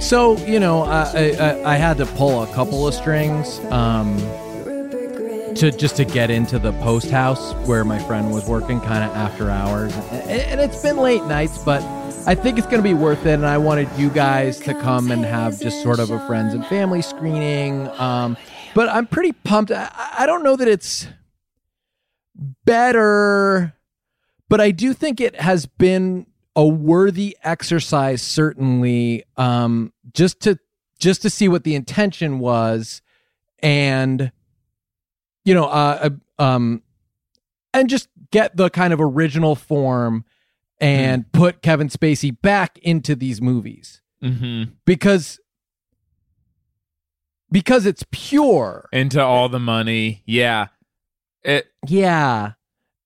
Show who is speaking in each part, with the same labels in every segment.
Speaker 1: So you know, I, I, I- I had to pull a couple of strings um, to just to get into the post house where my friend was working, kind of after hours, and, and it's been late nights, but I think it's going to be worth it. And I wanted you guys to come and have just sort of a friends and family screening. Um, but I'm pretty pumped. I, I I don't know that it's better but I do think it has been a worthy exercise, certainly, um, just to just to see what the intention was, and you know, uh, uh, um, and just get the kind of original form and put Kevin Spacey back into these movies
Speaker 2: Mm-hmm.
Speaker 1: because because it's pure.
Speaker 2: Into all the money. Yeah. It,
Speaker 1: Yeah.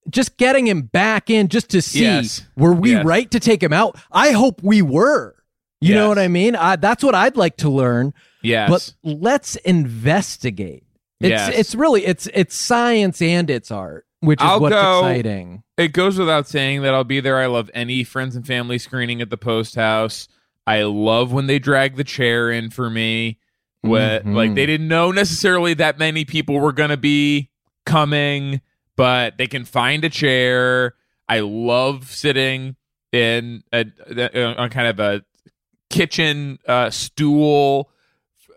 Speaker 1: Just getting him back in just to see
Speaker 2: Yes.
Speaker 1: were we
Speaker 2: Yes.
Speaker 1: right to take him out? I hope we were. You know
Speaker 2: Yes.
Speaker 1: what I mean? I, that's what I'd like to learn.
Speaker 2: yes.
Speaker 1: But let's investigate. It's
Speaker 2: Yes.
Speaker 1: it's really it's it's science and it's art, which is
Speaker 2: I'll
Speaker 1: what's
Speaker 2: go-
Speaker 1: exciting.
Speaker 2: it goes without saying that I'll be there. I love any friends and family screening at the post house. I love when they drag the chair in for me. Where,
Speaker 1: Mhm.
Speaker 2: Like they didn't know necessarily that many people were gonna be coming, but they can find a chair. I love sitting in a, a- on kind of a kitchen uh, stool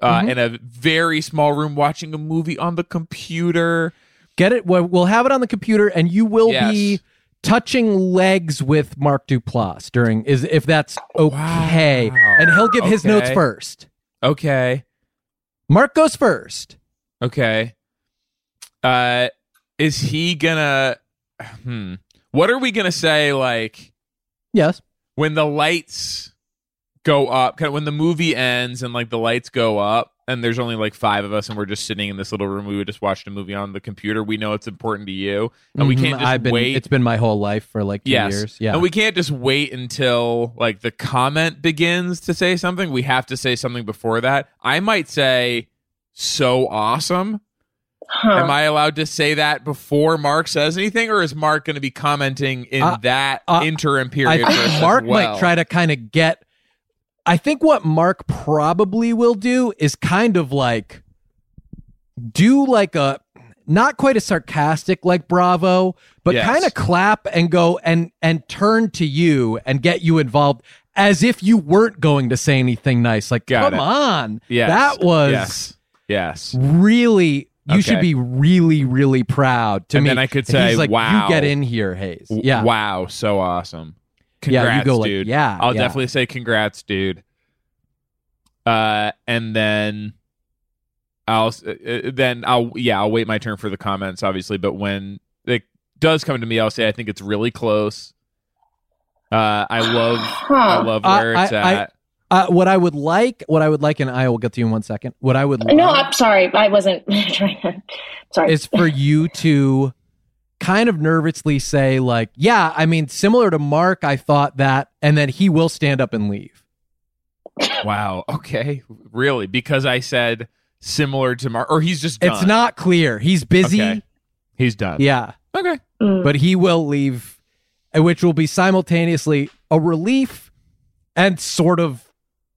Speaker 2: uh,
Speaker 1: Mhm.
Speaker 2: in a very small room, watching a movie on the computer.
Speaker 1: Get it? We'll we'll have it on the computer, and you will be
Speaker 2: Yes.
Speaker 1: touching legs with Mark Duplass during is if that's okay,
Speaker 2: Wow.
Speaker 1: and he'll give his notes
Speaker 2: Okay.
Speaker 1: first.
Speaker 2: Okay.
Speaker 1: Mark goes first.
Speaker 2: Okay. Uh is he gonna hmm. What are we gonna say like
Speaker 1: Yes.
Speaker 2: when the lights go up, kind of when the movie ends and like the lights go up and there's only like five of us and we're just sitting in this little room. We just watched a movie on the computer. We know it's important to you. And we
Speaker 1: Mhm.
Speaker 2: can't just
Speaker 1: I've been,
Speaker 2: wait.
Speaker 1: It's been my whole life for like two
Speaker 2: Yes.
Speaker 1: years. Yeah.
Speaker 2: And we can't just wait until like the comment begins to say something. We have to say something before that. I might say so awesome. Am I allowed to say that before Mark says anything, or is Mark going to be commenting in
Speaker 1: Uh,
Speaker 2: that
Speaker 1: uh,
Speaker 2: interim
Speaker 1: I
Speaker 2: period? for us
Speaker 1: think
Speaker 2: as
Speaker 1: Mark
Speaker 2: well?
Speaker 1: might try to kind of get. I think what Mark probably will do is kind of like do like a not quite a sarcastic like bravo but
Speaker 2: Yes.
Speaker 1: kind of clap and go and and turn to you and get you involved as if you weren't going to say anything nice like
Speaker 2: Got
Speaker 1: come
Speaker 2: it.
Speaker 1: on
Speaker 2: Yes.
Speaker 1: that was
Speaker 2: yes, yes.
Speaker 1: really you should
Speaker 2: Okay.
Speaker 1: be really really proud to
Speaker 2: And
Speaker 1: me
Speaker 2: then I could
Speaker 1: And
Speaker 2: say,
Speaker 1: he's like
Speaker 2: "Wow."
Speaker 1: you get in here hayes
Speaker 2: W-
Speaker 1: yeah
Speaker 2: Wow, so awesome. Congrats,
Speaker 1: yeah you go like
Speaker 2: dude.
Speaker 1: yeah
Speaker 2: I'll
Speaker 1: yeah.
Speaker 2: definitely say congrats, dude. Uh, and then I'll s- uh, uh, then I'll yeah I'll wait my turn for the comments, obviously. But when it does come to me, I'll say I think it's really close. Uh, I love I love
Speaker 1: Uh,
Speaker 2: where it's
Speaker 1: I- I-
Speaker 2: at.
Speaker 1: Uh, what I would like, what I would like, and I will get to you in one second. What I would like
Speaker 3: No, I'm sorry. I wasn't trying to. Sorry.
Speaker 1: is for you to kind of nervously say, like, yeah, I mean, similar to Mark, I thought that, and then he will stand up and leave.
Speaker 2: wow. Okay. Really? Because I said similar to Mark, or he's just done.
Speaker 1: It's not clear. He's busy.
Speaker 2: Okay. He's done.
Speaker 1: Yeah.
Speaker 2: Okay.
Speaker 3: Mm.
Speaker 1: But he will leave, uh, which will be simultaneously a relief and sort of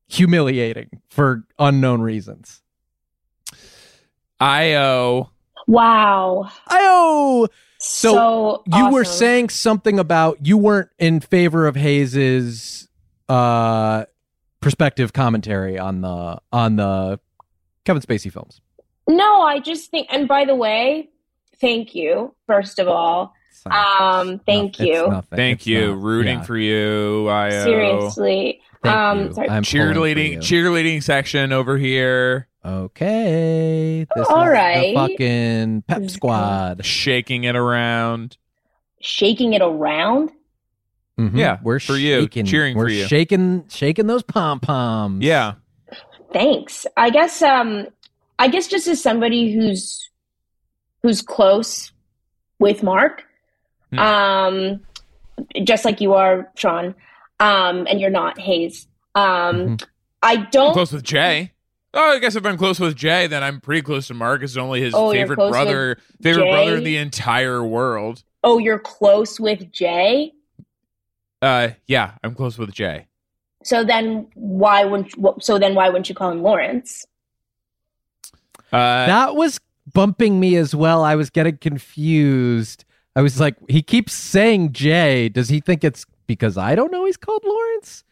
Speaker 1: humiliating for unknown reasons.
Speaker 2: I owe.
Speaker 3: Wow.
Speaker 1: I oh.
Speaker 3: So,
Speaker 1: you were
Speaker 3: awesome.
Speaker 1: saying something about you weren't in favor of Hayes's uh perspective commentary on the on the Kevin Spacey films.
Speaker 3: No, I just think. And by the way, thank you. First of all,
Speaker 1: So,
Speaker 3: um, thank
Speaker 1: no, it's
Speaker 3: you.
Speaker 1: nothing.
Speaker 2: Thank
Speaker 1: It's
Speaker 2: you.
Speaker 1: not-
Speaker 2: Rooting
Speaker 1: uh, yeah,
Speaker 2: for you. I owe.
Speaker 3: Seriously.
Speaker 1: thank
Speaker 3: um,
Speaker 1: you.
Speaker 3: sorry.
Speaker 1: I'm pulling for
Speaker 2: cheerleading
Speaker 1: you.
Speaker 2: cheerleading section over here
Speaker 1: okay. This
Speaker 3: All
Speaker 1: is
Speaker 3: right.
Speaker 1: the fucking pep squad.
Speaker 2: shaking it around
Speaker 3: Shaking it around.
Speaker 1: Mhm.
Speaker 2: Yeah,
Speaker 1: we're
Speaker 2: for you.
Speaker 1: shaking-
Speaker 2: Cheering for
Speaker 1: we're
Speaker 2: you.
Speaker 1: Shaking shaking those pom poms.
Speaker 2: yeah
Speaker 3: Thanks. I guess. Um, I guess just as somebody who's who's close with Mark,
Speaker 2: Hmm.
Speaker 3: um, just like you are, Sean, um, and you're not Hayes.
Speaker 1: Mm-hmm.
Speaker 3: Um, I don't.
Speaker 2: I'm close with jay oh i guess if i'm close with jay then i'm pretty close to mark it's only his
Speaker 3: Oh, you're
Speaker 2: favorite
Speaker 3: close
Speaker 2: brother favorite
Speaker 3: Jay?
Speaker 2: brother in the entire world
Speaker 3: Oh, you're close with Jay.
Speaker 2: uh yeah i'm close with jay
Speaker 3: So then why wouldn't so then why wouldn't you call him Lawrence?
Speaker 2: Uh,
Speaker 1: that was bumping me as well. I was getting confused. I was like, he keeps saying Jay. Does he think it's because I don't know he's called Lawrence?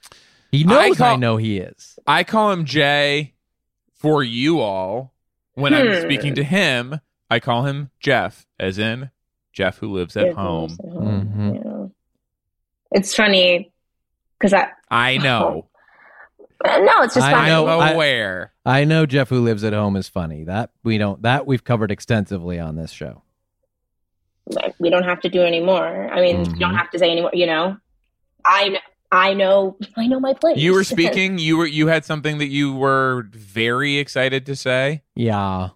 Speaker 1: He knows I,
Speaker 2: call-
Speaker 1: I know he is.
Speaker 2: I call him Jay for you all. When I'm
Speaker 3: Hmm.
Speaker 2: speaking to him, I call him Jeff, as in Jeff who lives at home. Mm-hmm.
Speaker 3: Yeah. It's funny because I
Speaker 2: I know.
Speaker 3: no, it's just
Speaker 1: I
Speaker 3: funny.
Speaker 1: know. I-
Speaker 2: I'm aware.
Speaker 1: I know Jeff who lives at home is funny. That we don't that we've covered extensively on this show.
Speaker 3: Like, we don't have to do anymore. I mean, you
Speaker 2: Mm-hmm.
Speaker 3: don't
Speaker 1: Mhm.
Speaker 3: have to say anymore. You know, I kn- I know I know my place.
Speaker 2: You were speaking. You were. You had something that you were very excited to say.
Speaker 1: Yeah.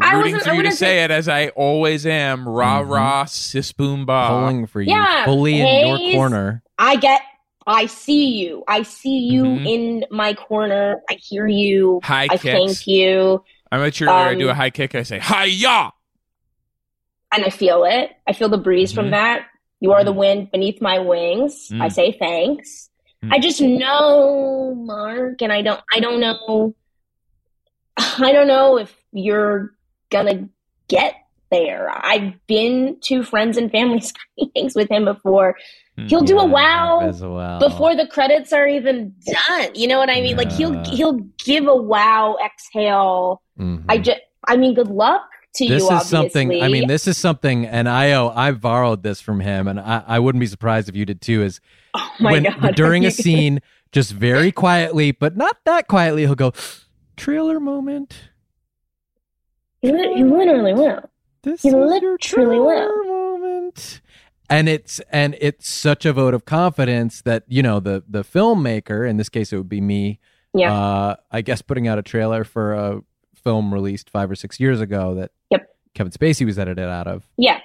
Speaker 3: I
Speaker 2: Rooting
Speaker 3: wasn't-
Speaker 2: for
Speaker 3: I
Speaker 2: you to
Speaker 3: wouldn't
Speaker 2: say it as I always am. Rah
Speaker 1: Mhm.
Speaker 2: rah, sis boom bah.
Speaker 1: Pulling for you.
Speaker 3: Yeah,
Speaker 1: Fully in your
Speaker 3: Hayes.
Speaker 1: corner.
Speaker 3: I get. I see you. I see you
Speaker 2: Mhm.
Speaker 3: in my corner. I hear you.
Speaker 2: High
Speaker 3: I
Speaker 2: kicks.
Speaker 3: thank you,
Speaker 2: I'm a cheerleader. I do a
Speaker 3: Um,
Speaker 2: high kick. I say hi ya.
Speaker 3: and I feel it. I feel the breeze
Speaker 2: Mhm.
Speaker 3: from
Speaker 1: Mm-hmm.
Speaker 3: that. You are the wind beneath my wings. I
Speaker 2: Mm.
Speaker 3: say thanks.
Speaker 2: Mm.
Speaker 3: I just know Mark, and I don't. I don't know. I don't know if you're gonna get there. I've been to friends and family screenings with him before. He'll do a
Speaker 1: Mm-hmm. Yeah,
Speaker 3: wow
Speaker 1: as well.
Speaker 3: before the credits are even done. You know what I mean? Like he'll
Speaker 1: Yeah.
Speaker 3: he'll give a wow exhale.
Speaker 1: Mhm.
Speaker 3: I just I mean, good luck to
Speaker 1: this
Speaker 3: you.
Speaker 1: is
Speaker 3: obviously.
Speaker 1: something i mean this is something and i oh i borrowed this from him and i, I wouldn't be surprised if you did too is
Speaker 3: oh my
Speaker 1: when
Speaker 3: God.
Speaker 1: during a scene just very quietly but not that quietly he'll go trailer moment
Speaker 3: you lit- you literally will.
Speaker 1: this
Speaker 3: He
Speaker 1: is your
Speaker 3: literally
Speaker 1: trailer
Speaker 3: will.
Speaker 1: moment and it's and it's such a vote of confidence that you know the the filmmaker in this case it would be me
Speaker 3: Yeah.
Speaker 1: uh, I guess putting out a trailer for a film released five or six years ago that
Speaker 3: Yep.
Speaker 1: Kevin Spacey was edited out of,
Speaker 3: yeah.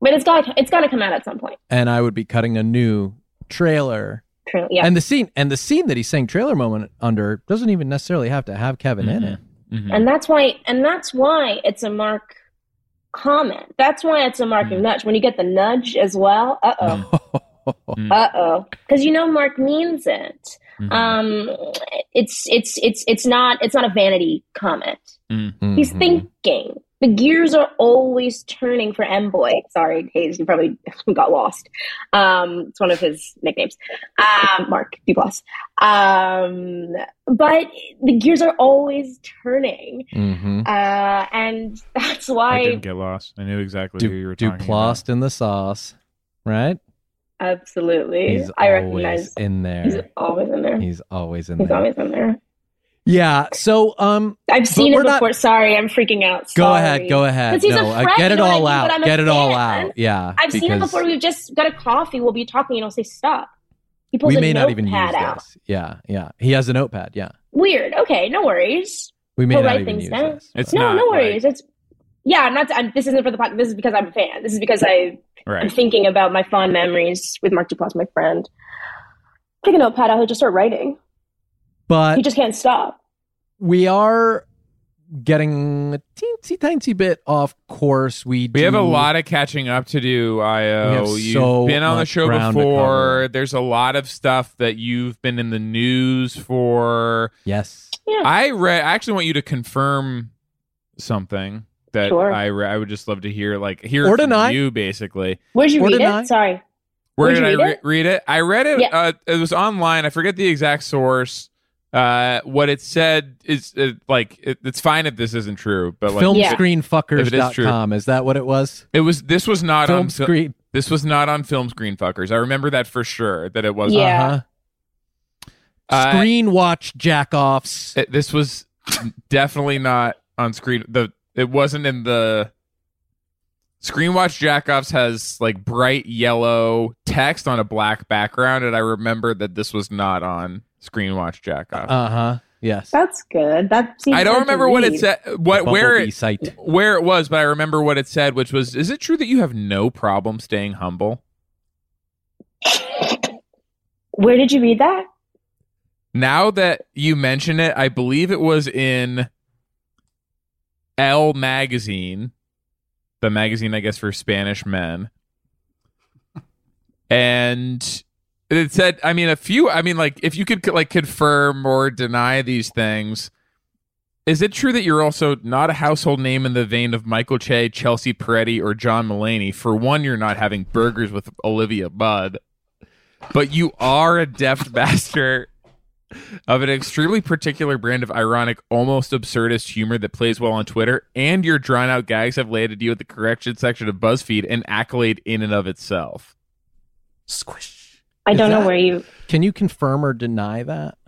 Speaker 3: But it's got it's got to come out at some point.
Speaker 1: and I would be cutting a new trailer.
Speaker 3: True. Yeah.
Speaker 1: And the scene and the scene that he's saying trailer moment under doesn't even necessarily have to have Kevin in it.
Speaker 2: Mhm.
Speaker 3: and that's why and that's why it's a mark comment that's why it's a mark
Speaker 2: Mm.
Speaker 3: nudge when you get the nudge as well uh-oh
Speaker 1: Mm.
Speaker 2: Mm-hmm.
Speaker 3: uh-oh because you know mark means it
Speaker 2: Mhm.
Speaker 3: um it's it's it's it's not it's not a vanity comment he's
Speaker 1: Mhm.
Speaker 3: thinking the gears are always turning for M Boy. Sorry, Hayes, you probably got lost. Um, it's one of his nicknames. Um, Mark Duplass. Um, but the gears are always turning.
Speaker 1: Mhm.
Speaker 3: Uh, and that's
Speaker 2: I
Speaker 3: why
Speaker 2: didn't get lost. I knew exactly who you
Speaker 1: Du-
Speaker 2: were talking about.
Speaker 1: Duplast in the sauce, right?
Speaker 3: absolutely
Speaker 1: He's
Speaker 3: I
Speaker 1: always
Speaker 3: recognize
Speaker 1: in
Speaker 3: he's
Speaker 1: there.
Speaker 3: always in there. He's,
Speaker 1: He's always in there.
Speaker 3: always in there.
Speaker 1: Yeah. So, um,
Speaker 3: I've seen
Speaker 1: we're
Speaker 3: it
Speaker 1: not-
Speaker 3: before. Sorry, I'm freaking out.
Speaker 1: go
Speaker 3: Sorry.
Speaker 1: ahead. Go ahead.
Speaker 3: 'Cause he's a
Speaker 1: No, uh,
Speaker 3: friend,
Speaker 1: get
Speaker 3: you
Speaker 1: it
Speaker 3: know what I
Speaker 1: all
Speaker 3: mean? But
Speaker 1: out.
Speaker 3: I'm a
Speaker 1: Get it all
Speaker 3: fan.
Speaker 1: out. Yeah.
Speaker 3: I've seen it
Speaker 1: because-
Speaker 3: before. We've just got a coffee. We'll be talking, and I'll say stop. He pulls
Speaker 1: we
Speaker 3: a
Speaker 1: may not even use
Speaker 3: notepad out.
Speaker 1: this. Yeah, yeah. He has a notepad. Yeah,
Speaker 3: Weird. Okay, no worries.
Speaker 1: we may
Speaker 3: He'll
Speaker 1: not
Speaker 3: write
Speaker 1: even
Speaker 3: things
Speaker 1: use
Speaker 3: down.
Speaker 1: this.
Speaker 2: It's
Speaker 3: no,
Speaker 2: not
Speaker 3: no
Speaker 2: like-
Speaker 3: worries. It's yeah. Not. I'm, this isn't for the podcast. This is because I'm a fan. This is because I I'm
Speaker 2: Right.
Speaker 3: thinking about my fond memories with Mark Duplass, my friend. Take a notepad out. He'll just start writing.
Speaker 1: but
Speaker 3: He just can't stop.
Speaker 1: we are getting a teensy tiny bit off course. We
Speaker 2: We
Speaker 1: do,
Speaker 2: have a lot of catching up to do,
Speaker 1: We have
Speaker 2: Io. You've
Speaker 1: so
Speaker 2: been on the
Speaker 1: much
Speaker 2: show
Speaker 1: ground to cover.
Speaker 2: before. There's a lot of stuff that you've been in the news for.
Speaker 1: Yes,
Speaker 2: I read. I actually want you to confirm something that
Speaker 3: Sure.
Speaker 2: I read. I would just love to hear, like, hear
Speaker 1: Or
Speaker 2: it from
Speaker 1: deny.
Speaker 2: you, basically.
Speaker 3: Where'd you
Speaker 1: Or
Speaker 3: read
Speaker 1: did I?
Speaker 3: it? Sorry.
Speaker 2: Where
Speaker 3: Would
Speaker 2: did I
Speaker 3: you
Speaker 2: re-
Speaker 3: read
Speaker 2: read, it? I read it.
Speaker 3: Yeah.
Speaker 2: Uh, it was online. I forget the exact source. Uh, what it said is uh, like it, it's fine if this isn't true, but like
Speaker 3: Yeah.
Speaker 1: filmscreenfuckers.com. Is that what it was?
Speaker 2: it was. This was not
Speaker 1: Film
Speaker 2: on. fil-
Speaker 1: screen.
Speaker 2: This was not on film screen fuckers. I remember that for sure. That it was.
Speaker 3: Yeah.
Speaker 2: Uh,
Speaker 1: uh-huh. screen watch jackoffs.
Speaker 2: It, this was definitely not on screen. The it wasn't in the Screenwatch Jackoffs has like bright yellow text on a black background, and I remember that this was not on Screenwatch Jackoffs.
Speaker 1: Uh huh. Yes.
Speaker 3: That's good. That seems
Speaker 2: I don't
Speaker 3: hard to
Speaker 2: remember what it
Speaker 3: read.
Speaker 2: said, what where
Speaker 1: Bumblebee
Speaker 2: it,
Speaker 1: site?
Speaker 2: where it was, but I remember what it said, which was, "Is it true that you have no problem staying humble?"
Speaker 3: Where did you read that?
Speaker 2: Now that you mention it, I believe it was in L magazine, the magazine I guess for Spanish men. And It said, I mean, a few. I mean, like, if you could like confirm or deny these things, is it true that you're also not a household name in the vein of Michael Che, Chelsea Peretti, or John Mulaney? For one, you're not having burgers with Olivia Budd, but you are a deft master of an extremely particular brand of ironic, almost absurdist humor that plays well on Twitter, and your drawn out gags have landed you at the correction section of BuzzFeed, an accolade in and of itself.
Speaker 1: Squish.
Speaker 3: I
Speaker 1: Is
Speaker 3: don't know
Speaker 1: that-
Speaker 3: where you
Speaker 1: Can you confirm or deny that?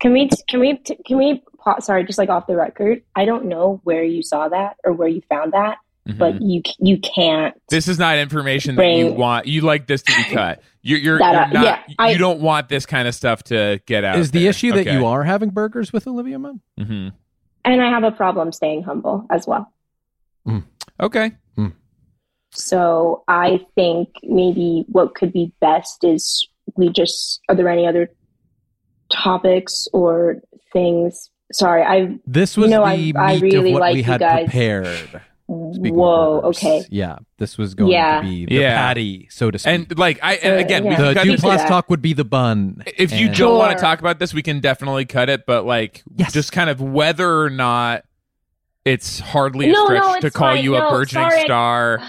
Speaker 3: can we can we can we pa- sorry just like off the record. I don't know where you saw that or where you found that, but you c- you can't.
Speaker 2: Hmm. This is not information that you
Speaker 3: Right.
Speaker 2: want. You like this to be cut. You're, you're,
Speaker 3: That, uh,
Speaker 2: you're not.
Speaker 3: yeah, I-
Speaker 2: you don't want this kind of stuff to get out.
Speaker 1: Is the
Speaker 2: there.
Speaker 1: issue that
Speaker 2: Okay.
Speaker 1: you are having burgers with Olivia Munn?
Speaker 2: Mhm.
Speaker 3: And I have a problem staying humble as well.
Speaker 2: Okay.
Speaker 3: So I think maybe what could be best is we just are there any other topics or things? Sorry, I
Speaker 1: This was
Speaker 3: know,
Speaker 1: the
Speaker 3: I-
Speaker 1: meat
Speaker 3: I really
Speaker 1: of what
Speaker 3: like
Speaker 1: we
Speaker 3: you
Speaker 1: had
Speaker 3: guys.
Speaker 1: prepared. Speaking of
Speaker 3: whoa,
Speaker 1: burgers.
Speaker 3: okay.
Speaker 1: Yeah, this was going
Speaker 3: Yeah.
Speaker 1: to be the
Speaker 2: Yeah.
Speaker 1: patty, so to speak.
Speaker 2: And like I and
Speaker 3: So,
Speaker 2: again,
Speaker 3: yeah.
Speaker 2: we
Speaker 1: the
Speaker 2: can cut
Speaker 3: do
Speaker 2: this-
Speaker 3: pla-
Speaker 1: Duplass
Speaker 3: that.
Speaker 1: talk would be the bun.
Speaker 2: if you
Speaker 1: And-
Speaker 2: don't want
Speaker 3: Sure.
Speaker 2: to talk about this, we can definitely cut it. But like,
Speaker 1: Yes.
Speaker 2: just kind of whether or not it's hardly a
Speaker 3: No,
Speaker 2: stretch
Speaker 3: no,
Speaker 2: to
Speaker 3: it's
Speaker 2: call
Speaker 3: fine.
Speaker 2: you
Speaker 3: No,
Speaker 2: a burgeoning
Speaker 3: sorry, I-
Speaker 2: star,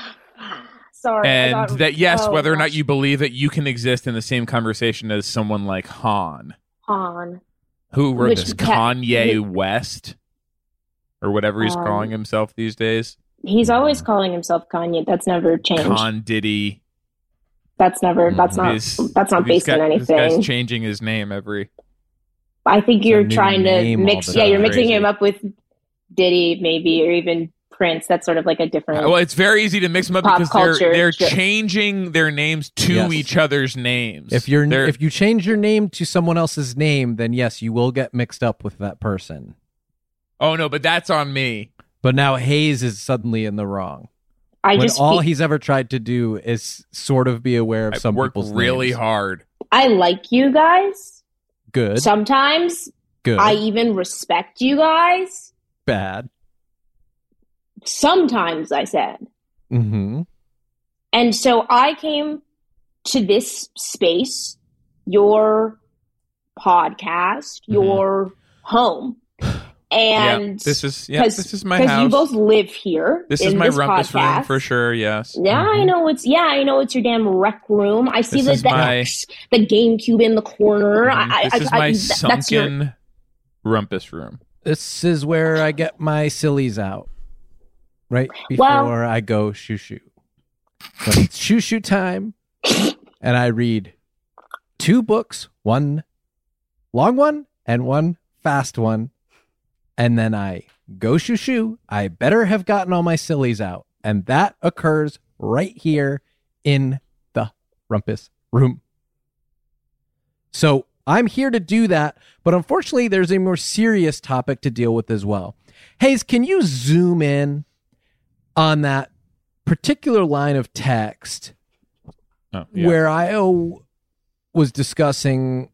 Speaker 3: sorry, I
Speaker 2: and
Speaker 3: got-
Speaker 2: that yes,
Speaker 3: oh,
Speaker 2: whether or not
Speaker 3: gosh.
Speaker 2: you believe that you can exist in the same conversation as someone like Han.
Speaker 3: on
Speaker 2: Who wrote
Speaker 3: Which
Speaker 2: this?
Speaker 3: ca-
Speaker 2: Kanye
Speaker 3: who-
Speaker 2: West, or whatever he's
Speaker 3: Um,
Speaker 2: calling himself these days.
Speaker 3: He's always calling himself Kanye. That's never changed.
Speaker 2: Mm. Con Mm, Diddy.
Speaker 3: That's never. That's not.
Speaker 2: He's-
Speaker 3: that's not
Speaker 2: these
Speaker 3: based on
Speaker 2: guy- This
Speaker 3: anything.
Speaker 2: guy's changing his name every.
Speaker 3: I think
Speaker 1: a
Speaker 3: you're
Speaker 1: new
Speaker 3: trying to
Speaker 1: name all
Speaker 3: mix.
Speaker 1: the
Speaker 3: Yeah,
Speaker 1: time.
Speaker 3: you're mixing
Speaker 2: Crazy.
Speaker 3: him up with Diddy, maybe, or even Prince. That's sort of like a different.
Speaker 2: Well, it's very easy to mix them up
Speaker 3: Pop
Speaker 2: because
Speaker 3: culture
Speaker 2: they're they're
Speaker 3: shit.
Speaker 2: changing their names to
Speaker 1: Yes.
Speaker 2: each other's names.
Speaker 1: If you're
Speaker 2: They're-
Speaker 1: if you change your name to someone else's name, then yes, you will get mixed up with that person.
Speaker 2: oh no, but that's on me.
Speaker 1: But now Hayes is suddenly in the wrong.
Speaker 3: I
Speaker 1: when
Speaker 3: just.
Speaker 1: all
Speaker 3: fe-
Speaker 1: he's ever tried to do is sort of be aware of
Speaker 2: I
Speaker 1: some
Speaker 2: work
Speaker 1: people's
Speaker 2: really
Speaker 1: names.
Speaker 2: hard.
Speaker 3: I like you guys.
Speaker 1: Good,
Speaker 3: Sometimes
Speaker 1: good,
Speaker 3: I even respect you guys.
Speaker 1: bad.
Speaker 3: Sometimes I said.
Speaker 1: Mm-hmm.
Speaker 3: And so I came to this space, your podcast, your home.
Speaker 2: Mm-hmm. yeah,
Speaker 3: And
Speaker 2: this is yeah,
Speaker 3: 'cause-
Speaker 2: this is my
Speaker 3: because
Speaker 2: house.
Speaker 3: you both live here.
Speaker 2: this is
Speaker 3: in
Speaker 2: my rumpus
Speaker 3: podcast.
Speaker 2: room for sure. Yes.
Speaker 3: Yeah, I know it's yeah, I know it's your damn rec room. I see
Speaker 2: This
Speaker 3: the
Speaker 2: is
Speaker 3: the,
Speaker 2: my-
Speaker 3: the GameCube in the corner. I, I,
Speaker 2: Mm-hmm. this is
Speaker 3: I,
Speaker 2: my
Speaker 3: I, that- that's your,
Speaker 2: sunken rumpus room.
Speaker 1: This is where I get my sillies out, right before
Speaker 3: Well-
Speaker 1: I go shoo shoo. When it's shoo shoo time, and I read two books, one long one and one fast one, and then I go shoo shoo. I better have gotten all my sillies out, and that occurs right here in the rumpus room. So I'm here to do that, but unfortunately, there's a more serious topic to deal with as well. Hayes, can you zoom in on that particular line of text
Speaker 2: Oh, yeah.
Speaker 1: where Io was discussing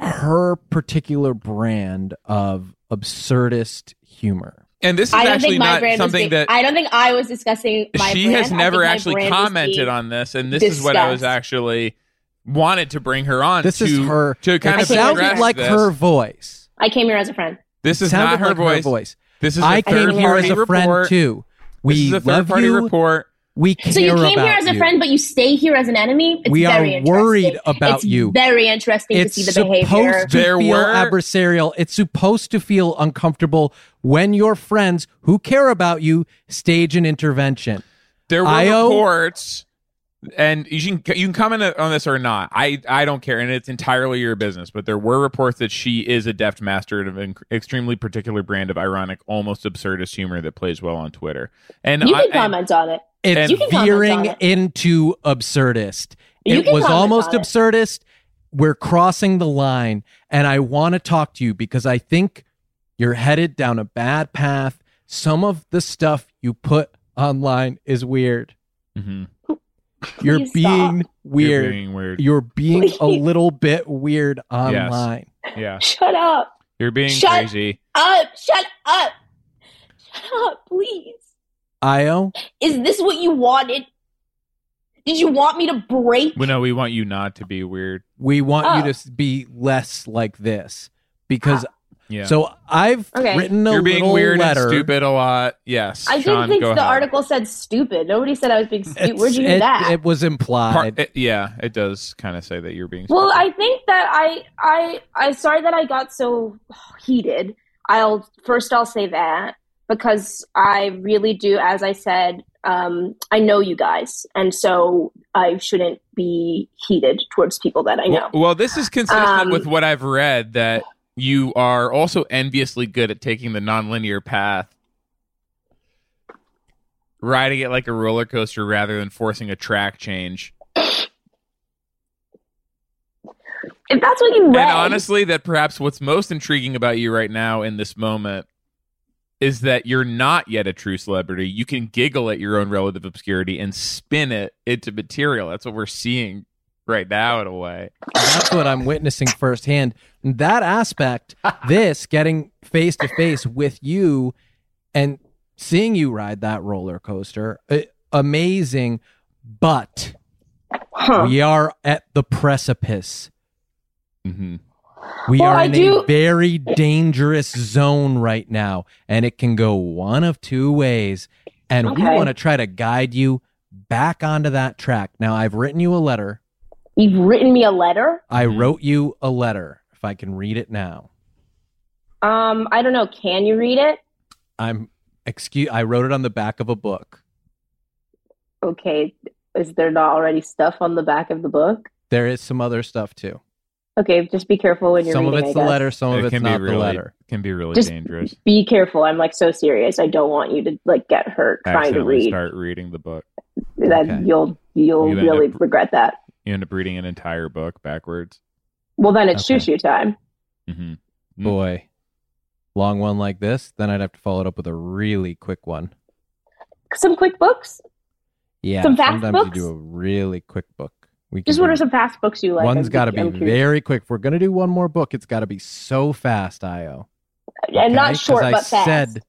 Speaker 1: her particular brand of absurdist humor?
Speaker 2: and this is
Speaker 3: I don't
Speaker 2: actually
Speaker 3: think my
Speaker 2: not
Speaker 3: brand was
Speaker 2: something
Speaker 3: being,
Speaker 2: that
Speaker 3: I don't think I was discussing my
Speaker 2: she
Speaker 3: brand. I
Speaker 2: has
Speaker 3: think
Speaker 2: never
Speaker 3: my
Speaker 2: actually
Speaker 3: brand was
Speaker 2: commented
Speaker 3: being-
Speaker 2: on this, and this is what I was
Speaker 3: discussed.
Speaker 2: actually wanted to bring her on.
Speaker 1: This
Speaker 2: to,
Speaker 1: is her.
Speaker 2: to kind
Speaker 1: it
Speaker 2: of
Speaker 1: sounded
Speaker 2: address
Speaker 1: like
Speaker 2: this.
Speaker 1: her voice.
Speaker 3: I came here as a friend.
Speaker 2: This is
Speaker 1: sounded
Speaker 2: not her,
Speaker 1: like
Speaker 2: voice.
Speaker 1: Her voice.
Speaker 2: This is
Speaker 1: I
Speaker 2: a third
Speaker 1: came here as
Speaker 2: party
Speaker 1: a friend
Speaker 2: report.
Speaker 1: too.
Speaker 2: this
Speaker 1: We
Speaker 2: is a third
Speaker 1: love
Speaker 2: party
Speaker 1: you.
Speaker 2: report.
Speaker 1: We care
Speaker 3: So you came here
Speaker 1: about
Speaker 3: as a
Speaker 1: you.
Speaker 3: friend, but you stay here as an enemy. It's
Speaker 1: we
Speaker 3: very
Speaker 1: are
Speaker 3: interesting.
Speaker 1: worried about
Speaker 3: it's
Speaker 1: you.
Speaker 3: Very interesting
Speaker 1: It's
Speaker 3: to see the
Speaker 1: supposed
Speaker 3: behavior.
Speaker 1: to
Speaker 2: There
Speaker 1: feel
Speaker 2: were-
Speaker 1: adversarial. It's supposed to feel uncomfortable when your friends who care about you stage an intervention.
Speaker 2: There were
Speaker 1: Io-
Speaker 2: reports, and you can you can comment on this or not. I I don't care, and it's entirely your business. But there were reports that she is a deft master of an extremely particular brand of ironic, almost absurdist humor that plays well on Twitter. And
Speaker 3: you
Speaker 2: I,
Speaker 3: can comment on it.
Speaker 1: It's
Speaker 2: You
Speaker 3: can comment
Speaker 1: veering
Speaker 3: on it.
Speaker 1: into absurdist.
Speaker 3: You
Speaker 1: it
Speaker 3: can
Speaker 1: was
Speaker 3: comment
Speaker 1: almost
Speaker 3: on it.
Speaker 1: absurdist. We're crossing the line, and I want to talk to you because I think you're headed down a bad path. Some of the stuff you put online is weird.
Speaker 2: Mhm.
Speaker 1: You're
Speaker 3: Please stop.
Speaker 1: being
Speaker 2: You're
Speaker 1: weird.
Speaker 2: being weird.
Speaker 1: You're being a
Speaker 3: Please.
Speaker 1: little bit weird online.
Speaker 2: yeah,
Speaker 3: Shut up.
Speaker 2: you're being
Speaker 3: Shut-
Speaker 2: crazy.
Speaker 3: Up. Shut up. Shut up, please.
Speaker 1: Io,
Speaker 3: Is this what you wanted? Did you want me to break?
Speaker 2: Well, no, we want you not to be weird.
Speaker 1: We want you
Speaker 3: Oh. Ah.
Speaker 1: to s- be less like this because.
Speaker 2: Yeah.
Speaker 1: So I've
Speaker 3: Okay.
Speaker 1: written a
Speaker 2: You're being
Speaker 1: little
Speaker 2: weird
Speaker 1: letter.
Speaker 2: and stupid a lot. Yes.
Speaker 3: I
Speaker 2: Sean,
Speaker 3: didn't think
Speaker 2: go
Speaker 3: the
Speaker 2: ahead.
Speaker 3: article said stupid. Nobody said I was being stupid.
Speaker 1: It's-
Speaker 3: Where'd you hear
Speaker 1: it,
Speaker 3: that?
Speaker 1: It was implied.
Speaker 2: Par- it- yeah, it does kind of say that you're being.
Speaker 3: well,
Speaker 2: stupid.
Speaker 3: I think that I I I sorry that I got so heated. I'll first I'll say that because I really do, as I said, um, I know you guys, and so I shouldn't be heated towards people that I know.
Speaker 2: Well, well, this is consistent
Speaker 3: Um,
Speaker 2: with what I've read that you are also enviously good at taking the nonlinear path, riding it like a roller coaster rather than forcing a track change.
Speaker 3: If that's what you read,
Speaker 2: And honestly, that perhaps what's most intriguing about you right now in this moment is that you're not yet a true celebrity. You can giggle at your own relative obscurity and spin it into material. That's what we're seeing right now in a way.
Speaker 1: That's what I'm witnessing firsthand. That aspect, this getting face to face with you and seeing you ride that roller coaster, eh, amazing. But
Speaker 3: Huh.
Speaker 1: we are at the precipice.
Speaker 2: Mm-hmm.
Speaker 1: We
Speaker 3: Well,
Speaker 1: are
Speaker 3: I
Speaker 1: in
Speaker 3: do-
Speaker 1: a very dangerous zone right now, and it can go one of two ways. And we
Speaker 3: Okay.
Speaker 1: want to try to guide you back onto that track. Now, I've written you a letter.
Speaker 3: you've written me a letter.
Speaker 1: I
Speaker 2: Mhm.
Speaker 1: wrote you a letter. If I can read it now,
Speaker 3: Um, I don't know. Can you read it?
Speaker 1: I'm excuse. I wrote it on the back of a book.
Speaker 3: Okay. Is there not already stuff on the back of the book?
Speaker 1: There is some other stuff too.
Speaker 3: Okay, just be careful when you're
Speaker 1: Some of
Speaker 3: reading,
Speaker 1: it's
Speaker 3: I
Speaker 1: the
Speaker 3: guess.
Speaker 1: letter. Some
Speaker 2: It
Speaker 1: of it's
Speaker 2: can be
Speaker 1: not the
Speaker 2: really-
Speaker 1: letter.
Speaker 2: Can be really
Speaker 3: Just-
Speaker 2: dangerous.
Speaker 3: Be careful. I'm like so serious. I don't want you to like get hurt trying to
Speaker 2: Accidentally
Speaker 3: read.
Speaker 2: start reading the book.
Speaker 3: That
Speaker 1: Okay.
Speaker 3: you'll you'll
Speaker 2: You end
Speaker 3: really
Speaker 2: up-
Speaker 3: regret that.
Speaker 2: You end up reading an entire book backwards.
Speaker 3: Well, then it's
Speaker 1: Okay.
Speaker 3: shoo shoo time.
Speaker 2: Mm-hmm. Mm.
Speaker 1: Boy, long one like this. Then I'd have to follow it up with a really quick one.
Speaker 3: Some quick books.
Speaker 1: Yeah,
Speaker 3: Some fast
Speaker 1: sometimes
Speaker 3: books?
Speaker 1: you do a really quick book. We
Speaker 3: Just
Speaker 1: can
Speaker 3: what
Speaker 1: do-
Speaker 3: are some fast books you like?
Speaker 1: Mm-hmm. One's
Speaker 3: I'm-
Speaker 1: got to be
Speaker 3: I'm curious.
Speaker 1: very quick. If we're gonna do one more book, it's got to be so fast, Io.
Speaker 3: and
Speaker 1: okay?
Speaker 3: not
Speaker 1: 'Cause
Speaker 3: short,
Speaker 1: I
Speaker 3: but fast.
Speaker 1: said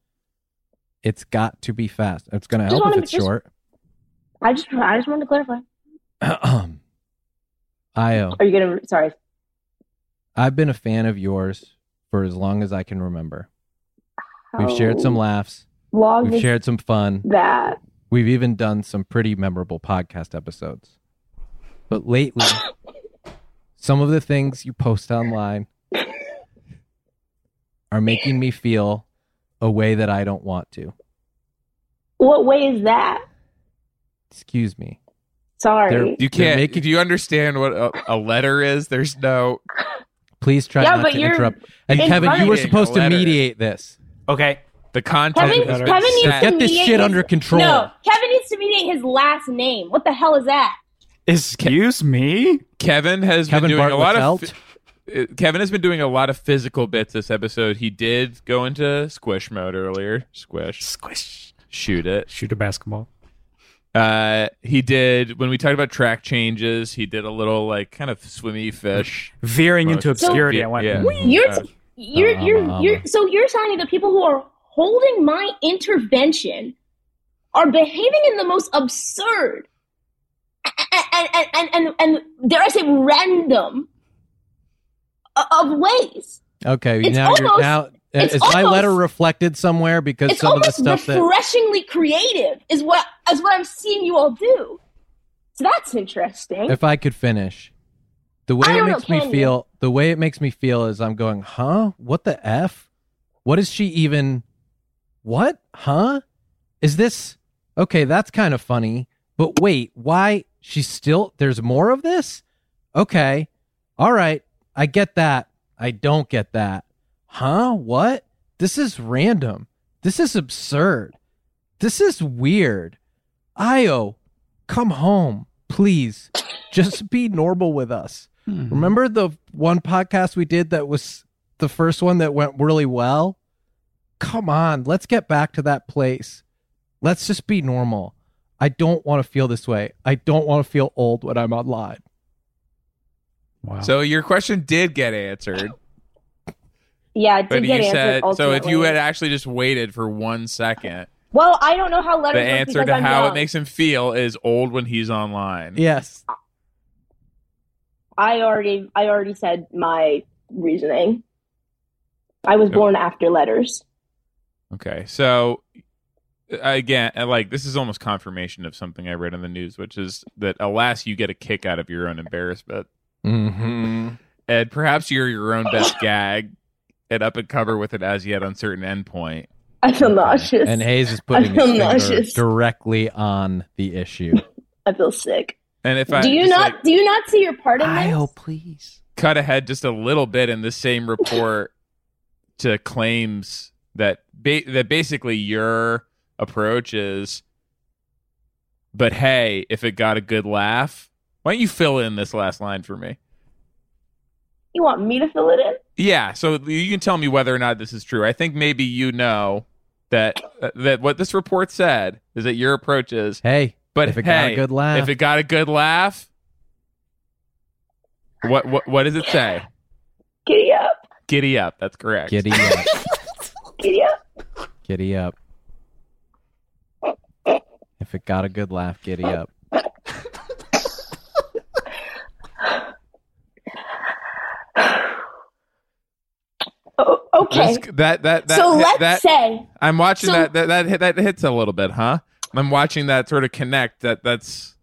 Speaker 1: it's got to be fast. It's gonna
Speaker 3: Just
Speaker 1: help
Speaker 3: wanna-
Speaker 1: if it's
Speaker 3: just-
Speaker 1: short.
Speaker 3: I just I just wanted to clarify.
Speaker 1: Io,
Speaker 3: Are you gonna? Sorry.
Speaker 1: I've been a fan of yours for as long as I can remember. We've shared
Speaker 3: How
Speaker 1: some laughs.
Speaker 3: long
Speaker 1: We've
Speaker 3: is
Speaker 1: shared some fun.
Speaker 3: that?
Speaker 1: We've even done some pretty memorable podcast episodes. But lately, some of the things you post online are making me feel a way that I don't want to.
Speaker 3: What way is that?
Speaker 1: Excuse me.
Speaker 3: Sorry.
Speaker 2: You
Speaker 1: They're
Speaker 2: can't.
Speaker 1: making-
Speaker 2: do you understand what a, a letter is? There's no.
Speaker 1: Please try
Speaker 3: Yeah,
Speaker 1: not
Speaker 3: but
Speaker 1: to
Speaker 3: you're-
Speaker 1: interrupt. And
Speaker 3: in
Speaker 1: Kevin, you were
Speaker 2: writing a
Speaker 1: supposed to
Speaker 2: letter.
Speaker 1: mediate this.
Speaker 4: Okay.
Speaker 2: The content.
Speaker 3: Kevin,
Speaker 2: has been
Speaker 3: Kevin needs
Speaker 2: set.
Speaker 3: to
Speaker 1: Get this
Speaker 3: mediate
Speaker 1: shit
Speaker 3: his-
Speaker 1: under control.
Speaker 3: No, Kevin needs to mediate his last name. What the hell is that?
Speaker 4: Excuse me?
Speaker 2: Kevin has
Speaker 1: Kevin
Speaker 2: been doing a lot
Speaker 1: Bartlett
Speaker 2: of. fi- uh, Kevin has been doing a lot of physical bits this episode. He did go into squish mode earlier. Squish,
Speaker 4: Squish.
Speaker 2: shoot it.
Speaker 4: Shoot a basketball.
Speaker 2: Uh, he did when we talked about track changes. He did a little like kind of swimmy fish.
Speaker 4: Veering into
Speaker 2: Motion.
Speaker 4: obscurity.
Speaker 2: Yeah,
Speaker 4: I went,
Speaker 2: yeah.
Speaker 4: "Whee!"
Speaker 3: You're
Speaker 2: Uh, um,
Speaker 3: you're
Speaker 1: uh,
Speaker 3: you're,
Speaker 1: uh,
Speaker 3: you're so you're telling me the people who are holding my intervention are behaving in the most absurd and and and and, and, and dare I say random o- of ways.
Speaker 1: Okay,
Speaker 3: It's
Speaker 1: now you're
Speaker 3: almost-
Speaker 1: now.
Speaker 3: it's
Speaker 1: Is my letter
Speaker 3: almost-
Speaker 1: reflected somewhere? Because
Speaker 3: It's
Speaker 1: some of the
Speaker 3: almost
Speaker 1: stuff that
Speaker 3: refreshingly creative is what is what I'm seeing you all do. So that's interesting.
Speaker 1: if I could finish, the way
Speaker 3: I
Speaker 1: it
Speaker 3: don't know,
Speaker 1: makes me
Speaker 3: can you?
Speaker 1: feel, the way it makes me feel is I'm going, huh? What the f? What is she even? What? Huh? Is this okay? That's kind of funny, but wait, why? She's still there's more of this. Okay, all right, I get that. I don't get that. Huh? What? This is random. This is absurd. This is weird. Io, come home, please. Just be normal with us.
Speaker 4: Hmm.
Speaker 1: Remember the one podcast we did that was the first one that went really well? Come on, let's get back to that place. Let's just be normal. I don't want to feel this way. I don't want to feel old when I'm online. Oh.
Speaker 4: Wow.
Speaker 2: So your question did get answered,
Speaker 3: yeah, it did
Speaker 2: but
Speaker 3: get
Speaker 2: you
Speaker 3: answered
Speaker 2: said so. If you
Speaker 3: ultimately.
Speaker 2: had actually just waited for one second,
Speaker 3: Well, I don't know how letters.
Speaker 2: The
Speaker 3: work
Speaker 2: answer
Speaker 3: because
Speaker 2: to
Speaker 3: I'm
Speaker 2: how
Speaker 3: young.
Speaker 2: it makes him feel is old when he's online.
Speaker 1: Yes.
Speaker 3: I already, I already said my reasoning. I was
Speaker 2: Okay.
Speaker 3: born after letters.
Speaker 2: Okay. So uh, again, and, like this is almost confirmation of something I read in the news, which is that alas, you get a kick out of your own embarrassment,
Speaker 1: Mm-hmm.
Speaker 2: and perhaps you're your own best gag, and up and cover with an as yet uncertain endpoint.
Speaker 3: I feel
Speaker 2: Okay.
Speaker 3: nauseous.
Speaker 1: And Hayes is putting his
Speaker 3: I'm
Speaker 1: finger
Speaker 3: nauseous.
Speaker 1: directly on the issue.
Speaker 3: I feel sick.
Speaker 2: And if I
Speaker 3: do you
Speaker 2: just,
Speaker 3: not?
Speaker 2: like,
Speaker 3: do you not see your part in this?
Speaker 1: oh,
Speaker 4: please.
Speaker 2: cut ahead just a little bit in the same report to claims that ba- that basically your approach is, but hey, if it got a good laugh, why don't you fill in this last line for me?
Speaker 3: You want me to fill it in?
Speaker 2: Yeah, so you can tell me whether or not this is true. I think maybe you know that uh, that what this report said is that your approach is,
Speaker 1: Hey,
Speaker 2: but
Speaker 1: if
Speaker 2: hey,
Speaker 1: it got a good laugh,
Speaker 2: if it got a good laugh, what what what does it say?
Speaker 3: Giddy up,
Speaker 2: Giddy up. That's correct.
Speaker 1: giddy up,
Speaker 3: giddy up.
Speaker 1: giddy up. If it got a good laugh, giddy up.
Speaker 3: Oh, okay.
Speaker 2: This- that that that,
Speaker 3: so
Speaker 2: hit-
Speaker 3: let's
Speaker 2: that-
Speaker 3: say
Speaker 2: I'm watching
Speaker 3: so-
Speaker 2: that, that that hit- that hits a little bit, huh? I'm watching that sort of connect. That that's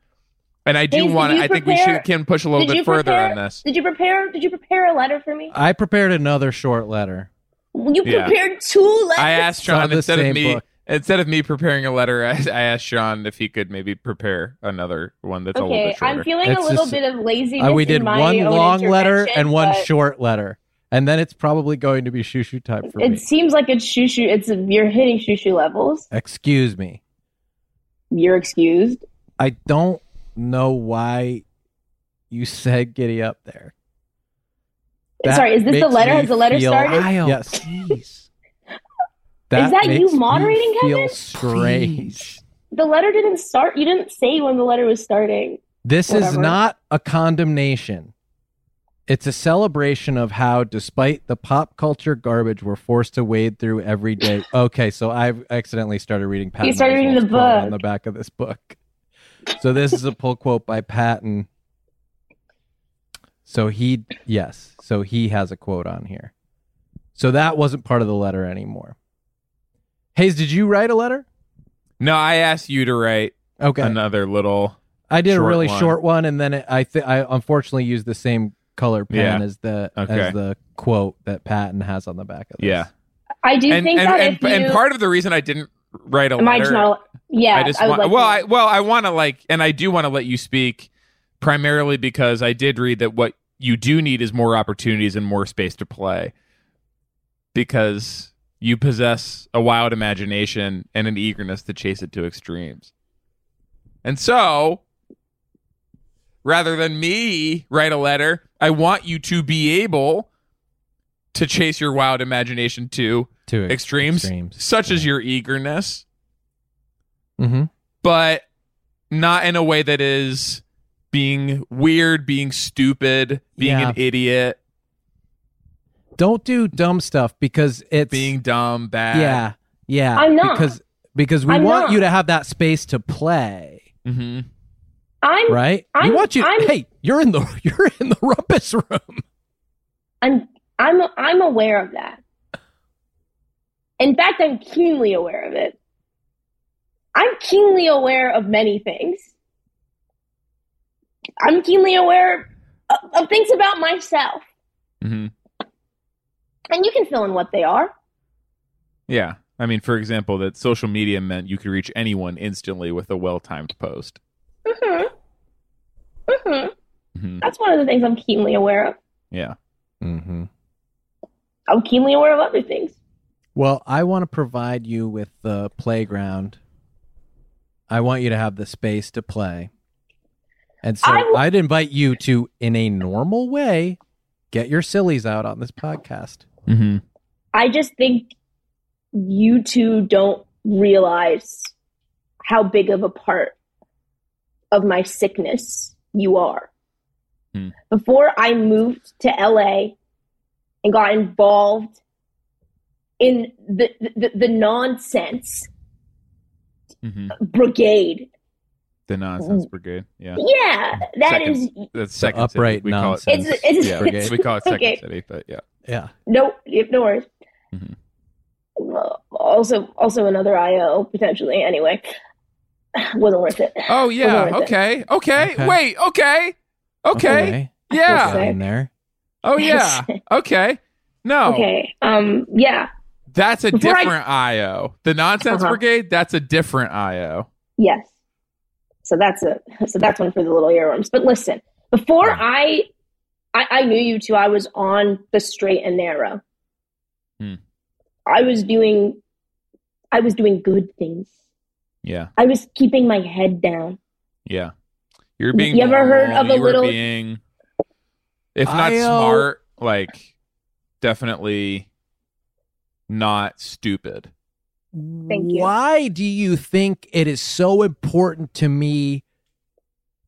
Speaker 2: and I
Speaker 3: Hayes,
Speaker 2: do
Speaker 3: did
Speaker 2: want.
Speaker 3: you
Speaker 2: I think we
Speaker 3: prepare-
Speaker 2: should can push a little
Speaker 3: did
Speaker 2: bit
Speaker 3: you
Speaker 2: further
Speaker 3: prepare?
Speaker 2: on this.
Speaker 3: Did you prepare? Did you prepare a letter for me?
Speaker 1: I prepared another short letter.
Speaker 3: You
Speaker 2: Yeah.
Speaker 3: prepared two letters.
Speaker 2: I asked Sean
Speaker 1: From the
Speaker 2: instead of
Speaker 1: same
Speaker 2: me
Speaker 1: book.
Speaker 2: instead of me preparing a letter, I, I asked Sean if he could maybe prepare another one that's a little
Speaker 3: okay,
Speaker 2: bit shorter.
Speaker 3: I'm feeling
Speaker 1: It's
Speaker 3: a little
Speaker 1: just-
Speaker 3: bit of laziness.
Speaker 1: Uh, we did
Speaker 3: in my
Speaker 1: one
Speaker 3: own
Speaker 1: long letter
Speaker 3: intervention,
Speaker 1: and one
Speaker 3: but
Speaker 1: short letter, and then it's probably going to be shoo shoo type for
Speaker 3: It
Speaker 1: me.
Speaker 3: seems like it's shushu. It's you're hitting shushu levels.
Speaker 1: Excuse me.
Speaker 3: You're excused.
Speaker 1: I don't know why you said giddy up there. That
Speaker 3: Sorry, is this the
Speaker 1: makes
Speaker 3: letter?
Speaker 1: me
Speaker 3: Has the letter
Speaker 1: feel-
Speaker 3: started?
Speaker 4: Kyle,
Speaker 1: Yes.
Speaker 4: please.
Speaker 1: That
Speaker 3: that you
Speaker 1: makes me
Speaker 3: moderating, Kevin?
Speaker 1: Feel strange.
Speaker 4: Please.
Speaker 3: The letter didn't start. You didn't say when the letter was starting.
Speaker 1: This is
Speaker 3: Whatever.
Speaker 1: not a condemnation. It's a celebration of how, despite the pop culture garbage we're forced to wade through every day. Okay, so I've accidentally started reading Patton.
Speaker 3: You started reading
Speaker 1: Oswalt's
Speaker 3: the
Speaker 1: quote
Speaker 3: book.
Speaker 1: on the back of this book. So this is a pull quote by Patton. So he, yes, so he has a quote on here. So that wasn't part of the letter anymore. Hayes, did you write a letter?
Speaker 2: no, I asked you to write
Speaker 1: Okay.
Speaker 2: another little.
Speaker 1: I did a
Speaker 2: short
Speaker 1: really
Speaker 2: one.
Speaker 1: short one, and then it, I th- I unfortunately used the same color pen
Speaker 2: Yeah.
Speaker 1: as the
Speaker 2: Okay.
Speaker 1: as the quote that Patton has on the back of this.
Speaker 2: Yeah.
Speaker 3: I do
Speaker 2: And and,
Speaker 3: think that
Speaker 2: and,
Speaker 3: if you,
Speaker 2: and part of the reason I didn't write a
Speaker 3: am I
Speaker 2: letter,
Speaker 3: just not? Yeah,
Speaker 2: I just
Speaker 3: would
Speaker 2: want.
Speaker 3: like
Speaker 2: well,
Speaker 3: to-
Speaker 2: I well, I want to like, and I do want to let you speak primarily because I did read that what you do need is more opportunities and more space to play because you possess a wild imagination and an eagerness to chase it to extremes. And so, rather than me write a letter, I want you to be able to chase your wild imagination to
Speaker 1: to
Speaker 2: extremes, such as your eagerness
Speaker 1: hmm
Speaker 2: but not in a way that is being weird, being stupid, being
Speaker 1: Yeah.
Speaker 2: an idiot,
Speaker 1: Don't do dumb stuff because it's
Speaker 2: being dumb, bad.
Speaker 1: yeah yeah.
Speaker 3: I'm not.
Speaker 1: because because we
Speaker 3: I'm
Speaker 1: want
Speaker 3: not.
Speaker 1: you to have that space to play,
Speaker 2: hmm
Speaker 3: I'm
Speaker 1: right? we
Speaker 3: I'm-
Speaker 1: want you.
Speaker 3: I'm-
Speaker 1: hey, you're in the you're in the rumpus room.
Speaker 3: I'm I'm I'm aware of that. In fact, I'm keenly aware of it. I'm keenly aware of many things. I'm keenly aware of, of things about myself,
Speaker 2: hmm
Speaker 3: and you can fill in what they are.
Speaker 2: Yeah. I mean, for example, that social media meant you could reach anyone instantly with a well timed post.
Speaker 3: hmm hmm
Speaker 2: hmm
Speaker 3: That's one of the things I'm keenly aware of.
Speaker 2: Yeah.
Speaker 1: Mm-hmm.
Speaker 3: I'm keenly aware of other things.
Speaker 1: Well, I want to provide you with the playground. I want you to have the space to play. And so
Speaker 3: I w-
Speaker 1: I'd invite you to, in a normal way, get your sillies out on this podcast. Mm-hmm.
Speaker 2: hmm
Speaker 3: I just think you two don't realize how big of a part of my sickness you are.
Speaker 2: Hmm.
Speaker 3: Before I moved to LA and got involved in the the, the nonsense
Speaker 2: Mhm.
Speaker 3: brigade.
Speaker 2: The nonsense brigade. Yeah.
Speaker 3: Yeah, that
Speaker 2: Second.
Speaker 3: is
Speaker 2: That's second
Speaker 1: upright
Speaker 2: city. We call it
Speaker 1: nonsense.
Speaker 3: it's it's
Speaker 2: yeah,
Speaker 1: Brigade.
Speaker 2: we call it second
Speaker 3: Okay.
Speaker 2: city, but yeah.
Speaker 1: Yeah.
Speaker 3: no yep, no worries.
Speaker 2: Mhm.
Speaker 3: Well, Also, also another IO potentially. Anyway, wasn't worth it.
Speaker 2: Oh yeah.
Speaker 3: worth it.
Speaker 2: Okay. Okay.
Speaker 1: Okay.
Speaker 2: Wait. Okay. Okay.
Speaker 1: We'll
Speaker 2: Yeah.
Speaker 1: get in there.
Speaker 2: Oh yeah. Okay.
Speaker 1: Oh.
Speaker 2: No.
Speaker 3: Okay. Um. Yeah.
Speaker 2: That's a
Speaker 3: Before I-
Speaker 2: different IO. The nonsense
Speaker 3: Uh-huh.
Speaker 2: brigade. That's a different IO.
Speaker 3: Yes. So that's a so that's one for the little earworms. But listen, before I, I I knew you two, I was on the straight and narrow.
Speaker 2: Hmm.
Speaker 3: I was doing I was doing good things.
Speaker 2: Yeah.
Speaker 3: I was keeping my head down.
Speaker 2: Yeah. You're
Speaker 3: You
Speaker 2: being.
Speaker 3: ever heard
Speaker 2: moral,
Speaker 3: of a
Speaker 2: you were
Speaker 3: little-
Speaker 2: being, if not
Speaker 1: IO
Speaker 2: smart, like definitely not stupid.
Speaker 3: Thank you.
Speaker 1: Why do you think it is so important to me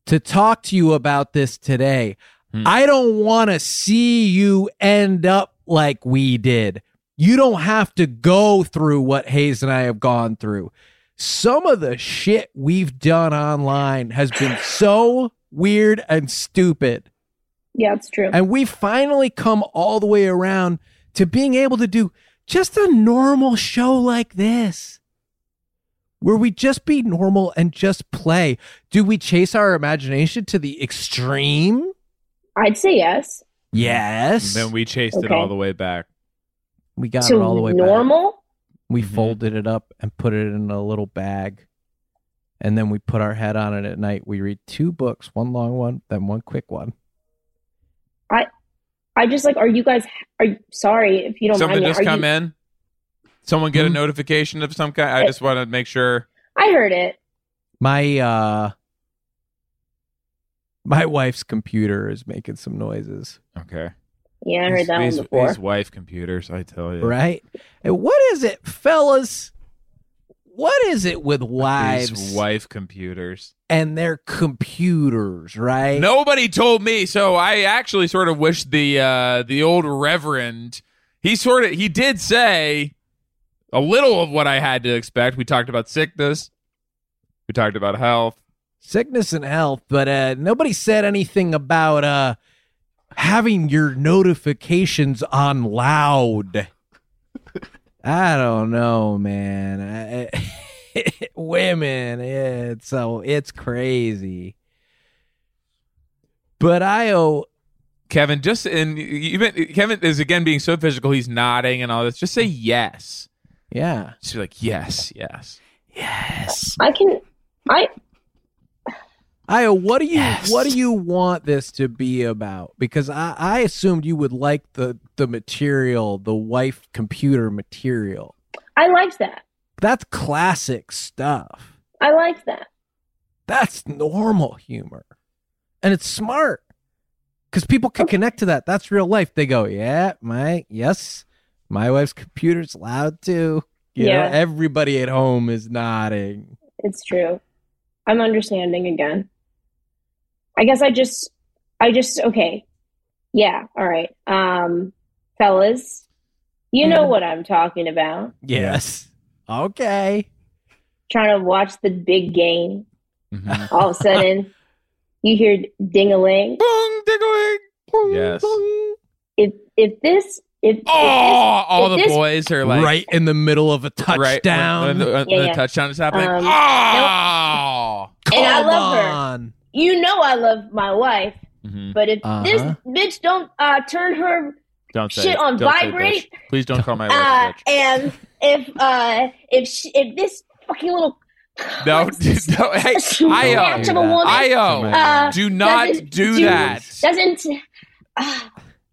Speaker 1: to talk to you about this today?
Speaker 2: Hmm.
Speaker 1: I don't want to see you end up like we did. You don't have to go through what Hayes and I have gone through. Some of the shit we've done online has been so weird and stupid.
Speaker 3: Yeah, it's true.
Speaker 1: And we finally come all the way around to being able to do just a normal show like this, where we just be normal and just play. Do we chase our imagination to the extreme?
Speaker 3: I'd say yes.
Speaker 1: Yes.
Speaker 2: then we chased it
Speaker 3: Okay.
Speaker 2: all the way back.
Speaker 1: we got
Speaker 3: to
Speaker 1: it all the way back.
Speaker 3: normal.
Speaker 1: We
Speaker 2: Mhm.
Speaker 1: folded it up and put it in a little bag. And then we put our head on it at night. We read two books, one long one, then one quick one.
Speaker 3: I just like. Are you guys? Are you, sorry if you don't
Speaker 2: Someone
Speaker 3: mind me.
Speaker 2: just
Speaker 3: are
Speaker 2: come
Speaker 3: you,
Speaker 2: in. Someone get a
Speaker 1: Hmm?
Speaker 2: notification of some kind. I
Speaker 3: Eh.
Speaker 2: just want to make sure.
Speaker 3: I heard it.
Speaker 1: My uh my wife's computer is making some noises.
Speaker 2: Okay.
Speaker 3: Yeah, I heard that
Speaker 2: these,
Speaker 3: one before.
Speaker 2: These wife computers, I tell you.
Speaker 1: Right? And what is it, fellas? What is it with
Speaker 2: These
Speaker 1: wives
Speaker 2: wife computers.
Speaker 1: and their computers, right?
Speaker 2: Nobody told me, so I actually sort of wish the uh the old reverend he sort of he did say a little of what I had to expect. We talked about sickness. We talked about health.
Speaker 1: Sickness and health, but uh nobody said anything about uh having your notifications on loud. I don't know, man. I, women, yeah, it's so it's crazy. But I oh
Speaker 2: Kevin, just and you- you Kevin is again being so physical, he's nodding and all this. Just say yes.
Speaker 1: yeah.
Speaker 2: Just be like, yes, yes.
Speaker 4: Yes.
Speaker 3: I can. I
Speaker 1: Io, what do you
Speaker 4: Yes.
Speaker 1: what do you want this to be about? Because I, I assumed you would like the the material, the wife computer material.
Speaker 3: I liked that.
Speaker 1: That's classic stuff.
Speaker 3: I liked that.
Speaker 1: That's normal humor. And it's smart. Because people can connect to that. That's real life. They go, Yeah, my yes, my wife's computer's loud too. You
Speaker 3: Yeah.
Speaker 1: know, everybody at home is nodding.
Speaker 3: It's true. I'm understanding again. I guess I just, I just, okay. Yeah. All right. Um, fellas, you know what I'm talking about.
Speaker 1: Yes. Okay.
Speaker 3: Trying to watch the big game.
Speaker 2: Mhm.
Speaker 3: All of a sudden, you hear ding a ling.
Speaker 2: Boom, diggling. Yes.
Speaker 3: If, if this, if, if
Speaker 2: Oh,
Speaker 3: this,
Speaker 2: all
Speaker 3: if
Speaker 2: the
Speaker 3: this-
Speaker 2: boys are like
Speaker 1: right in the middle of a touchdown.
Speaker 2: right when, when the, when
Speaker 3: Yeah,
Speaker 2: the
Speaker 3: yeah.
Speaker 2: touchdown is happening.
Speaker 3: Um,
Speaker 2: oh,
Speaker 3: and I
Speaker 1: Come
Speaker 3: love her.
Speaker 1: on.
Speaker 3: you know, I love my wife,
Speaker 2: Mm-hmm.
Speaker 3: but if this
Speaker 1: Uh-huh.
Speaker 3: bitch don't, uh, turn her
Speaker 2: Don't
Speaker 3: say Shit it. on Don't say vibrate.
Speaker 2: Please don't call my
Speaker 3: Uh, and if uh, if she, if this fucking little
Speaker 2: No,
Speaker 3: cunt,
Speaker 2: no, hey,
Speaker 3: snatch
Speaker 2: Io,
Speaker 3: of a woman
Speaker 2: Io,
Speaker 3: Uh,
Speaker 2: do not
Speaker 3: doesn't
Speaker 2: do
Speaker 3: do-
Speaker 2: that.
Speaker 3: doesn't. Uh,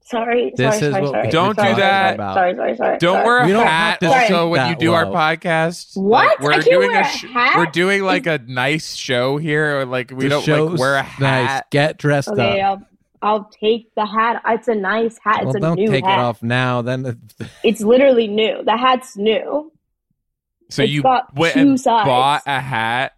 Speaker 3: sorry,
Speaker 1: This
Speaker 3: sorry,
Speaker 1: is
Speaker 3: sorry,
Speaker 1: what
Speaker 3: sorry,
Speaker 1: we
Speaker 2: Don't
Speaker 3: sorry,
Speaker 2: do that.
Speaker 3: Sorry, sorry, sorry.
Speaker 2: Don't
Speaker 3: sorry.
Speaker 2: wear a
Speaker 1: We don't
Speaker 2: hat.
Speaker 1: have to
Speaker 2: Also,
Speaker 1: think
Speaker 2: when you
Speaker 1: that
Speaker 2: do our
Speaker 1: low.
Speaker 2: podcast,
Speaker 3: What?
Speaker 2: Like, we're
Speaker 3: I can't
Speaker 2: doing
Speaker 3: wear a
Speaker 2: sh-
Speaker 3: hat?
Speaker 2: We're doing like a nice show here. Like we
Speaker 1: The
Speaker 2: don't like
Speaker 1: show's
Speaker 2: wear a
Speaker 1: Nice.
Speaker 2: hat.
Speaker 1: Get dressed
Speaker 3: Okay,
Speaker 1: up.
Speaker 3: I'll I'll take the hat. It's a nice hat.
Speaker 1: well,
Speaker 3: It's a
Speaker 1: don't
Speaker 3: new
Speaker 1: take
Speaker 3: hat.
Speaker 1: it off now. Then
Speaker 3: It's literally new. The hat's new.
Speaker 2: So
Speaker 3: It's
Speaker 2: you
Speaker 3: got
Speaker 2: went
Speaker 3: two
Speaker 2: and
Speaker 3: sides.
Speaker 2: bought a hat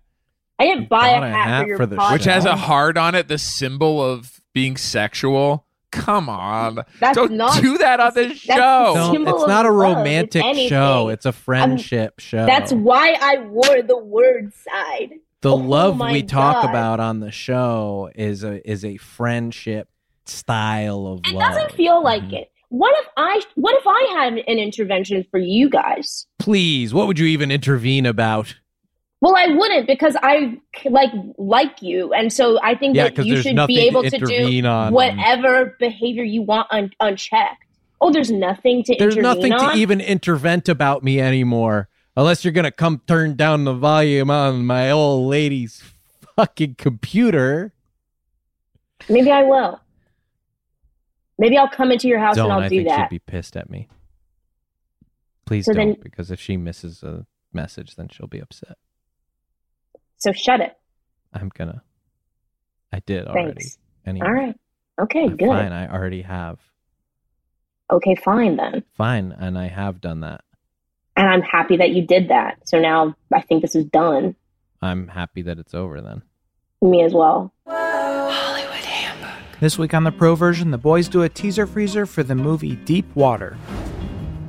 Speaker 3: I didn't
Speaker 1: You
Speaker 3: buy a
Speaker 1: bought
Speaker 3: hat, for your
Speaker 1: the
Speaker 3: podcast.
Speaker 1: show.
Speaker 2: which has a heart on it, the symbol of being sexual. come on.
Speaker 3: That's
Speaker 2: Don't
Speaker 3: not-
Speaker 2: do that on this
Speaker 3: that's-
Speaker 2: show.
Speaker 3: No,
Speaker 1: Don't-
Speaker 3: symbol
Speaker 1: it's
Speaker 3: of
Speaker 1: not a
Speaker 3: love, if
Speaker 1: romantic show.
Speaker 3: anything. Um,
Speaker 1: It's a friendship show.
Speaker 3: That's why I wore the word side.
Speaker 1: the
Speaker 3: oh
Speaker 1: love
Speaker 3: my
Speaker 1: we talk
Speaker 3: God.
Speaker 1: about on the show is a is a friendship style of
Speaker 3: It
Speaker 1: love.
Speaker 3: doesn't feel like
Speaker 1: Mhm.
Speaker 3: it. What if I what if I had an intervention for you guys?
Speaker 1: Please, what would you even intervene about?
Speaker 3: Well, I wouldn't because I like like you, and so I think
Speaker 1: Yeah,
Speaker 3: that
Speaker 1: because
Speaker 3: you
Speaker 1: there's
Speaker 3: should
Speaker 1: nothing
Speaker 3: be able
Speaker 1: to
Speaker 3: to
Speaker 1: intervene
Speaker 3: do
Speaker 1: on.
Speaker 3: whatever behavior you want un- unchecked. Oh, there's nothing to
Speaker 1: There's
Speaker 3: intervene
Speaker 1: nothing to
Speaker 3: on.
Speaker 1: even intervent about me anymore, unless you're gonna come turn down the volume on my old lady's fucking computer.
Speaker 3: Maybe I will. Maybe I'll come into your house
Speaker 1: don't.
Speaker 3: and I'll
Speaker 1: I
Speaker 3: do
Speaker 1: think
Speaker 3: that.
Speaker 1: she'd be pissed at me. Please
Speaker 3: So
Speaker 1: don't,
Speaker 3: then-
Speaker 1: because if she misses a message, then she'll be upset.
Speaker 3: so shut it.
Speaker 1: I'm gonna. I did already.
Speaker 3: Thanks.
Speaker 1: Anyway,
Speaker 3: All right. Okay.
Speaker 1: I'm
Speaker 3: good.
Speaker 1: Fine, I already have.
Speaker 3: Okay. Fine then.
Speaker 1: Fine, and I have done that.
Speaker 3: And I'm happy that you did that. So now I think this is done.
Speaker 1: I'm happy that it's over then.
Speaker 3: Me as well.
Speaker 4: This week on the pro version, the boys do a teaser freezer for the movie Deep Water.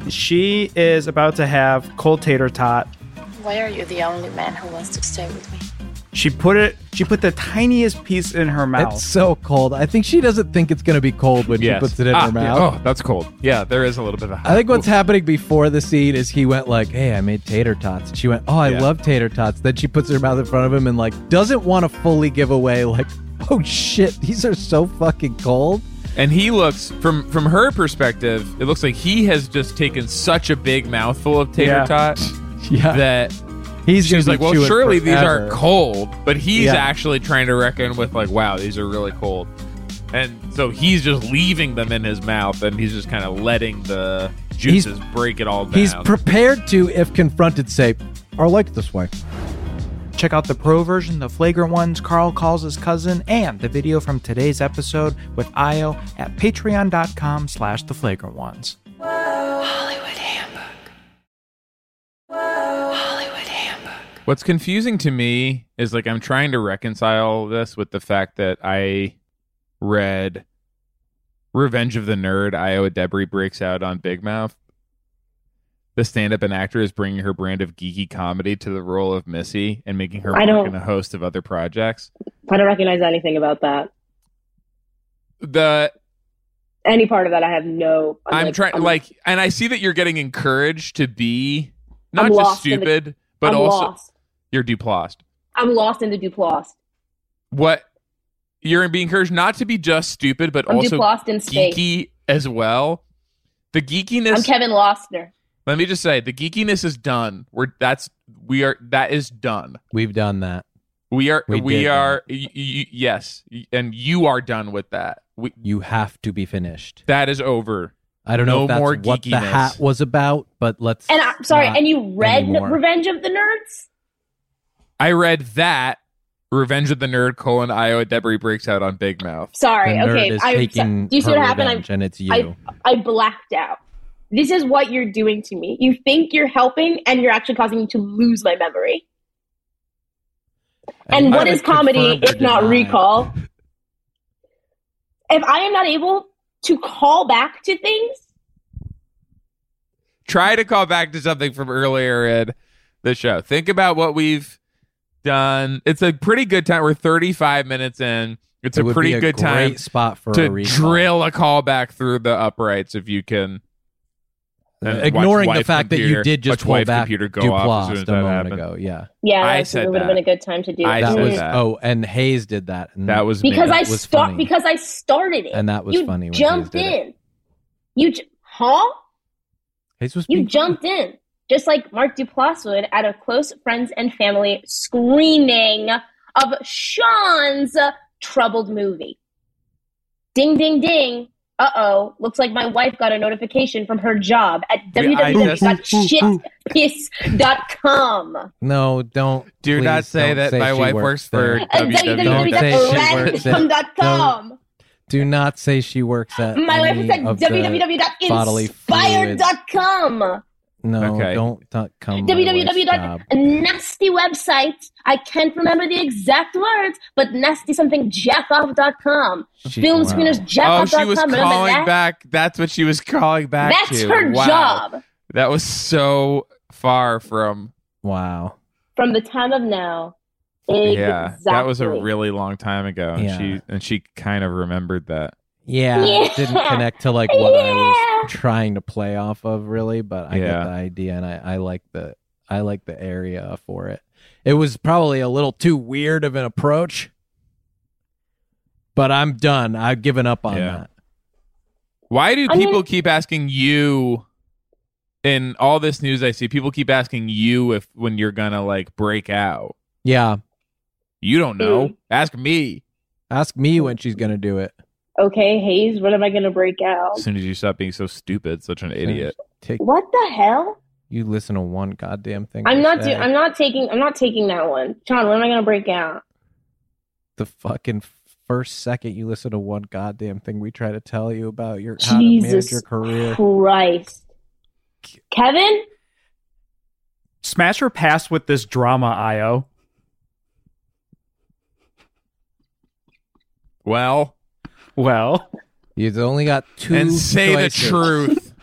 Speaker 4: She is about to have cold tater tot.
Speaker 5: Why are you the only man who wants to stay with me?
Speaker 4: She put it. She put the tiniest piece in her mouth.
Speaker 1: It's so cold. I think she doesn't think it's gonna be cold when
Speaker 2: Yes.
Speaker 1: she puts it in
Speaker 2: Ah,
Speaker 1: her
Speaker 2: yeah.
Speaker 1: mouth.
Speaker 2: Oh, that's cold. Yeah, there is a little bit of.
Speaker 1: I think what's happening before the scene is he went like, "Hey, I made tater tots." She went, "Oh, I
Speaker 2: Yeah.
Speaker 1: love tater tots." Then she puts her mouth in front of him and like doesn't want to fully give away like, "Oh shit, these are so fucking cold."
Speaker 2: And he looks from from her perspective, it looks like he has just taken such a big mouthful of tater
Speaker 4: Yeah.
Speaker 2: tot
Speaker 1: Yeah,
Speaker 2: that
Speaker 1: he's
Speaker 2: she's
Speaker 1: gonna
Speaker 2: like,
Speaker 1: be
Speaker 2: "Well,
Speaker 1: chewing
Speaker 2: surely these
Speaker 1: forever.
Speaker 2: aren't cold." But he's
Speaker 4: Yeah.
Speaker 2: actually trying to reckon with like, "Wow, these are really cold." And so he's just leaving them in his mouth, and he's just kind of letting the juices break it all down.
Speaker 1: He's prepared to, if confronted, say, "I like this way."
Speaker 4: Check out the pro version, the flagrant ones, Carl calls his cousin, and the video from today's episode with Io at patreon.com slash the flagrant ones.
Speaker 2: What's confusing to me is like I'm trying to reconcile this with the fact that I read Revenge of the Nerd. Iowa Debris breaks out on Big Mouth. The stand-up and actor is bringing her brand of geeky comedy to the role of Missy and making her
Speaker 3: I
Speaker 2: work
Speaker 3: don't-
Speaker 2: in a host of other projects.
Speaker 3: I don't recognize anything about that.
Speaker 2: The
Speaker 3: Any part of that, I have no.
Speaker 2: I'm, trying like, and I see that you're getting encouraged to be not
Speaker 3: I'm
Speaker 2: just
Speaker 3: lost in the-
Speaker 2: stupid, but
Speaker 3: I'm
Speaker 2: also
Speaker 3: lost.
Speaker 2: you're duplossed.
Speaker 3: I'm lost in the Duplass.
Speaker 2: What you're being encouraged not to be just stupid, but
Speaker 3: I'm
Speaker 2: also
Speaker 3: Duplass in space.
Speaker 2: geeky as well. The geekiness.
Speaker 3: I'm Kevin Lostner.
Speaker 2: let me just say, the geekiness is done. We're that's we are that is done.
Speaker 1: We've done that.
Speaker 2: We are
Speaker 1: We
Speaker 2: we,
Speaker 1: did
Speaker 2: are y- y- yes, y- and you are done with that. We
Speaker 1: You have to be finished.
Speaker 2: that is over.
Speaker 1: I don't know
Speaker 2: No
Speaker 1: if that's
Speaker 2: more
Speaker 1: what the
Speaker 2: geekiness.
Speaker 1: hat was about, but let's.
Speaker 3: And I'm sorry.
Speaker 1: not-
Speaker 3: and you read
Speaker 1: anymore.
Speaker 3: Revenge of the Nerds?
Speaker 2: I read that. Revenge of the Nerd: colon Iowa Debris breaks out on Big Mouth.
Speaker 3: Sorry.
Speaker 1: the nerd
Speaker 3: okay.
Speaker 1: is
Speaker 3: I'm so-
Speaker 1: taking
Speaker 3: do you see
Speaker 1: her
Speaker 3: what happened? I,
Speaker 1: revenge, and it's you.
Speaker 3: I, I blacked out. This is what you're doing to me. You think you're helping, and you're actually causing me to lose my memory. And
Speaker 1: I
Speaker 3: what
Speaker 1: would
Speaker 3: is comedy
Speaker 1: confirm or
Speaker 3: if not
Speaker 1: deny.
Speaker 3: recall? If I am not able to call back to things,
Speaker 2: Try to call back to something from earlier in the show. Think about what we've done. It's a pretty good time. We're 35 minutes in. It's
Speaker 1: It
Speaker 2: a
Speaker 1: would
Speaker 2: pretty
Speaker 1: be a
Speaker 2: good
Speaker 1: great
Speaker 2: time
Speaker 1: spot for
Speaker 2: to
Speaker 1: a recall.
Speaker 2: drill a call back through the uprights if you can.
Speaker 1: Uh,
Speaker 2: and
Speaker 1: ignoring
Speaker 2: watch
Speaker 1: the
Speaker 2: wife
Speaker 1: fact that you
Speaker 2: computer-
Speaker 1: did just
Speaker 2: watch
Speaker 1: pull
Speaker 2: wife
Speaker 1: back
Speaker 2: computer go off as soon
Speaker 1: Duplass
Speaker 2: as
Speaker 1: a
Speaker 2: that
Speaker 1: moment
Speaker 2: happened.
Speaker 1: ago. Yeah,
Speaker 3: yeah,
Speaker 2: I
Speaker 3: that
Speaker 2: said
Speaker 3: would have
Speaker 2: that.
Speaker 3: been a good time to do
Speaker 2: I
Speaker 3: it. Mm.
Speaker 1: that
Speaker 2: said
Speaker 1: was.
Speaker 2: that.
Speaker 1: Oh, and Hayes did that. And
Speaker 2: That was me.
Speaker 3: because I
Speaker 1: That was
Speaker 3: start
Speaker 1: funny.
Speaker 3: because I started it,
Speaker 1: And that was
Speaker 3: you
Speaker 1: funny when
Speaker 3: Jumped
Speaker 1: Hayes did it.
Speaker 3: in. You j- huh?
Speaker 1: Hayes was.
Speaker 3: You
Speaker 1: being-
Speaker 3: jumped in just like Mark Duplass would at a close friends and family screening of Sean's troubled movie. Ding ding ding. Uh oh, looks like my wife got a notification from her job at
Speaker 2: Yeah, I just-
Speaker 3: www.shitpiss.com.
Speaker 1: No, don't.
Speaker 2: Do
Speaker 1: please
Speaker 2: not say
Speaker 1: don't
Speaker 2: that my
Speaker 1: she
Speaker 2: wife
Speaker 1: works
Speaker 2: works for-
Speaker 1: there.
Speaker 2: Don't say
Speaker 3: www.shitpiss.com.
Speaker 1: Do not say she works at.
Speaker 3: My wife
Speaker 1: any
Speaker 3: is at
Speaker 1: of the bodily fluids.
Speaker 3: www.inspired.com.
Speaker 1: No,
Speaker 2: Okay.
Speaker 1: don't t- come. my way,
Speaker 3: www.
Speaker 1: Scob.
Speaker 3: A nasty website. I can't remember the exact words, but nasty something jackoff.com.
Speaker 1: She-
Speaker 3: Film
Speaker 1: wow.
Speaker 3: screeners
Speaker 2: Oh,
Speaker 3: jackoff.com.
Speaker 2: she was
Speaker 3: remember
Speaker 2: calling
Speaker 3: that?
Speaker 2: back. That's what she was calling back
Speaker 3: That's
Speaker 2: to.
Speaker 3: her
Speaker 2: Wow.
Speaker 3: job.
Speaker 2: That was so far from.
Speaker 1: Wow.
Speaker 3: From the time of now.
Speaker 2: Yeah, that was a
Speaker 3: Exactly.
Speaker 2: really long time ago. And
Speaker 1: Yeah.
Speaker 2: she and she kind of remembered that.
Speaker 1: Yeah, it didn't
Speaker 3: Yeah.
Speaker 1: connect to like what I
Speaker 3: Yeah.
Speaker 1: was trying to play off of really, but I
Speaker 2: Yeah.
Speaker 1: get the idea and I, I like the I like the area for it. It was probably a little too weird of an approach. But I'm done. I've given up on
Speaker 2: Yeah. Why do
Speaker 3: I mean-
Speaker 2: people keep asking you? In all this news, I see people keep asking you if when you're gonna like break out.
Speaker 1: that. Yeah.
Speaker 2: You don't know.
Speaker 3: Mm.
Speaker 2: Ask me.
Speaker 1: Ask me when she's gonna do it.
Speaker 3: Okay, Hayes, when am I going to break out?
Speaker 2: As soon as you stop being so stupid, such an idiot.
Speaker 1: Take
Speaker 3: What the hell?
Speaker 1: you listen to one goddamn thing. I
Speaker 3: I'm not
Speaker 1: say.
Speaker 3: doing. I'm not taking. I'm not taking that one. John, when am I going to break out?
Speaker 1: the fucking first second you listen to one goddamn thing we try to tell you about your how to manage your
Speaker 3: Jesus
Speaker 1: career.
Speaker 3: Christ, Kevin.
Speaker 6: Smash or pass with this drama, Io.
Speaker 2: Well,
Speaker 6: Well,
Speaker 1: You've only got two
Speaker 2: and say
Speaker 1: choices.
Speaker 2: the truth.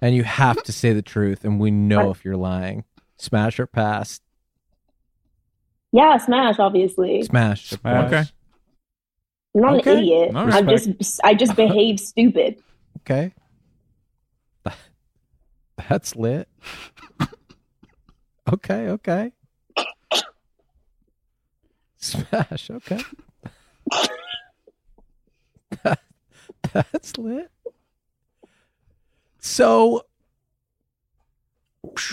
Speaker 1: and you have to say the truth and we know if you're lying smash or pass
Speaker 3: Yeah, smash. Obviously,
Speaker 1: smash of
Speaker 6: Smash.
Speaker 1: course.
Speaker 3: I'm not
Speaker 1: Okay.
Speaker 3: an idiot.
Speaker 2: All
Speaker 3: I'm just. I just behave stupid.
Speaker 1: okay that's lit okay okay smash okay That- that's lit so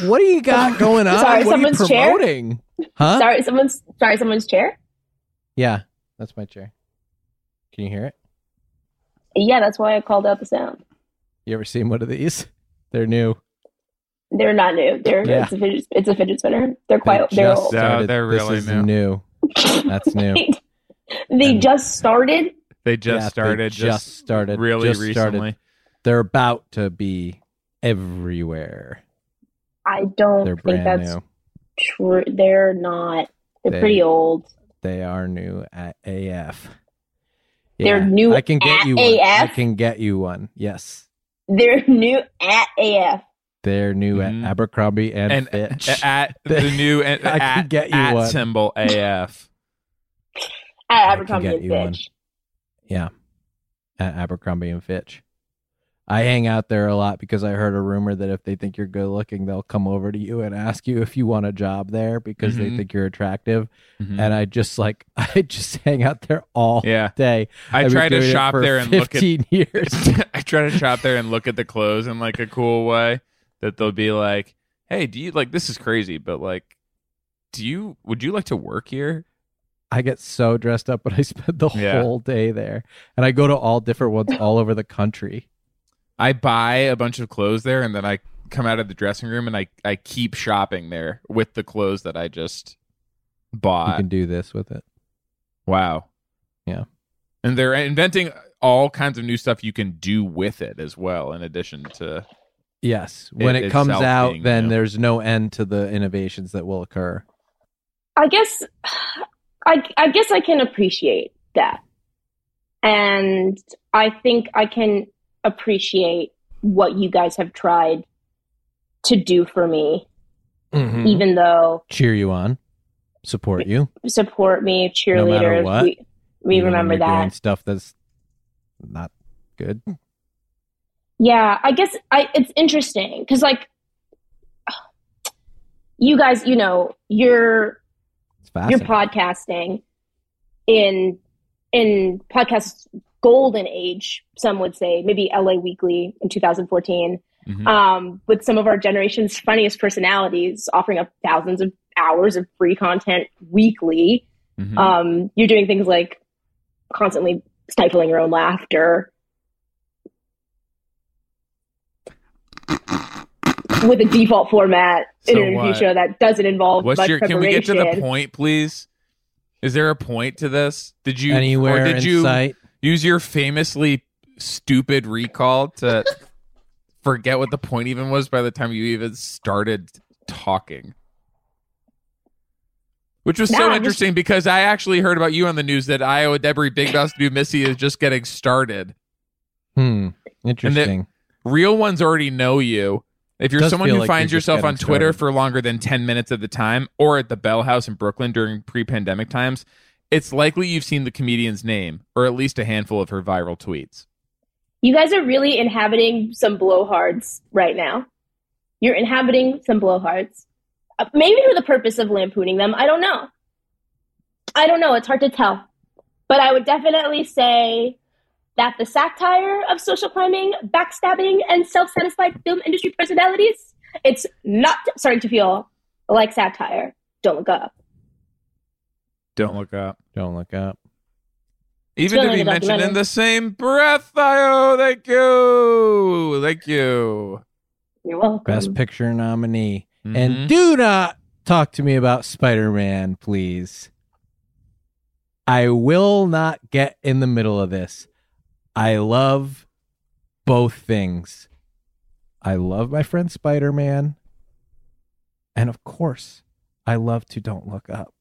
Speaker 1: what do you got going on
Speaker 3: Sorry,
Speaker 1: what are you
Speaker 3: someone's chair?
Speaker 1: promoting huh
Speaker 3: Sorry, someone's. Sorry, someone's chair.
Speaker 1: Yeah, that's my chair. Can you hear it?
Speaker 3: Yeah, that's why I called out the sound.
Speaker 1: You ever seen one of these? They're new.
Speaker 3: They're not new. They're
Speaker 1: Yeah.
Speaker 3: it's a fidget. It's a fidget spinner. They're quite.
Speaker 1: They
Speaker 3: They are
Speaker 1: just
Speaker 3: old.
Speaker 2: No,
Speaker 1: started.
Speaker 2: they're
Speaker 1: This
Speaker 2: really
Speaker 1: is
Speaker 2: new.
Speaker 1: That's new.
Speaker 3: they
Speaker 1: And-
Speaker 3: just started.
Speaker 2: They
Speaker 1: Yeah,
Speaker 2: just
Speaker 1: they
Speaker 2: started.
Speaker 1: Just, started.
Speaker 2: really
Speaker 1: just started.
Speaker 2: recently.
Speaker 1: They're about to be everywhere.
Speaker 3: I don't
Speaker 1: They're
Speaker 3: think
Speaker 1: brand
Speaker 3: that's
Speaker 1: new.
Speaker 3: true. They're not. They're
Speaker 1: They-
Speaker 3: pretty old.
Speaker 1: They are new at AF.
Speaker 3: They're new
Speaker 1: I can get
Speaker 3: at
Speaker 1: you one. I
Speaker 3: AF?
Speaker 1: can get you one. Yes.
Speaker 3: They're new at AF.
Speaker 1: They're new
Speaker 2: Mhm.
Speaker 1: at Abercrombie and,
Speaker 2: And
Speaker 1: Fitch.
Speaker 2: at the new and
Speaker 1: I
Speaker 2: at,
Speaker 1: can get you
Speaker 2: at
Speaker 1: one.
Speaker 2: symbol AF.
Speaker 3: At
Speaker 1: can
Speaker 3: Abercrombie
Speaker 1: get
Speaker 3: and
Speaker 1: you
Speaker 3: Fitch.
Speaker 1: one. at Abercrombie and Fitch. I hang out there a lot because I heard a rumor that if they think you're good looking, they'll come over to you and ask you if you want a job there because
Speaker 2: Mhm.
Speaker 1: they think you're attractive.
Speaker 2: Mhm.
Speaker 1: And I just like I just hang out there all
Speaker 2: yeah,
Speaker 1: day.
Speaker 2: I
Speaker 1: I've been
Speaker 2: try to
Speaker 1: doing it
Speaker 2: shop
Speaker 1: for
Speaker 2: there and look at.
Speaker 1: 15 years.
Speaker 2: I try to shop there and look at the clothes in like a cool way that they'll be like, "Hey, do you like this is crazy, but like, do you would you like to work here?"
Speaker 1: I get so dressed up, but I spend the
Speaker 2: Yeah.
Speaker 1: whole day there, and I go to all different ones all over the country.
Speaker 2: I buy a bunch of clothes there, and then I come out of the dressing room and I I keep shopping there with the clothes that I just
Speaker 1: you
Speaker 2: bought.
Speaker 1: can do this with it.
Speaker 2: Wow.
Speaker 1: Yeah.
Speaker 2: And they're inventing all kinds of new stuff you can do with it as well, in addition to
Speaker 1: Yes, when
Speaker 2: It
Speaker 1: it, comes
Speaker 2: itself
Speaker 1: out,
Speaker 2: being
Speaker 1: then
Speaker 2: new.
Speaker 1: there's no end to the innovations that will occur.
Speaker 3: I guess I I guess I can appreciate that. And I think I can appreciate what you guys have tried to do for me,
Speaker 1: Hmm.
Speaker 3: even though
Speaker 1: Cheer you on, support you.
Speaker 3: support me,
Speaker 1: No
Speaker 3: cheerleaders.
Speaker 1: matter what,
Speaker 3: we we
Speaker 1: even when
Speaker 3: remember
Speaker 1: you're
Speaker 3: that.
Speaker 1: doing stuff that's not good.
Speaker 3: Yeah, I guess I it's interesting because like you guys, you know, you're
Speaker 1: It's
Speaker 3: you're
Speaker 1: fascinating.
Speaker 3: podcasting in in podcast golden age some would say maybe la weekly in 2014
Speaker 2: Mhm.
Speaker 3: um, with some of our generation's funniest personalities offering up thousands of hours of free content weekly
Speaker 2: Mhm.
Speaker 3: um, you're doing things like constantly stifling your own laughter with a default format in
Speaker 2: So
Speaker 3: an interview
Speaker 2: what?
Speaker 3: show that doesn't involve
Speaker 2: What's
Speaker 3: much
Speaker 2: your? Can
Speaker 3: Oh, preparation.
Speaker 2: we get to the point, please? Is there a point to this? Did you
Speaker 1: anywhere
Speaker 2: or did
Speaker 1: in
Speaker 2: you
Speaker 1: sight.
Speaker 2: use your famously stupid recall to forget what the point even was by the time you even started talking. Which was
Speaker 3: No,
Speaker 2: so
Speaker 3: I'm just-
Speaker 2: interesting because I actually heard about you on the news that Iowa Debris Big Boss New Missy is just getting started.
Speaker 1: Hmm. Interesting.
Speaker 2: Real ones already know you. If you're
Speaker 1: Does
Speaker 2: someone
Speaker 1: feel
Speaker 2: who
Speaker 1: like
Speaker 2: finds
Speaker 1: you're just
Speaker 2: yourself
Speaker 1: getting
Speaker 2: on Twitter
Speaker 1: started.
Speaker 2: for longer than 10 minutes at the time or at the Bell House in Brooklyn during pre pandemic times, it's likely you've seen the comedian's name or at least a handful of her viral tweets.
Speaker 3: You guys are really inhabiting some blowhards right now. You're inhabiting some blowhards. Uh, Maybe for the purpose of lampooning them. I don't know. I don't know. It's hard to tell. But I would definitely say that the satire of social climbing, backstabbing, and self satisfied film industry personalities, it's not starting to feel like satire. Don't look up.
Speaker 2: Don't look up.
Speaker 1: Don't look up.
Speaker 2: Even
Speaker 3: really
Speaker 2: to be
Speaker 3: like a
Speaker 2: mentioned in
Speaker 3: documentary.
Speaker 2: the same breath, Io. Thank you. Thank you.
Speaker 3: You're welcome.
Speaker 1: Best Picture nominee.
Speaker 2: Mhm.
Speaker 1: And do not talk to me about Spider Man, please. I will not get in the middle of this. I love both things. I love my friend Spider Man. And of course, I love to Don't Look Up.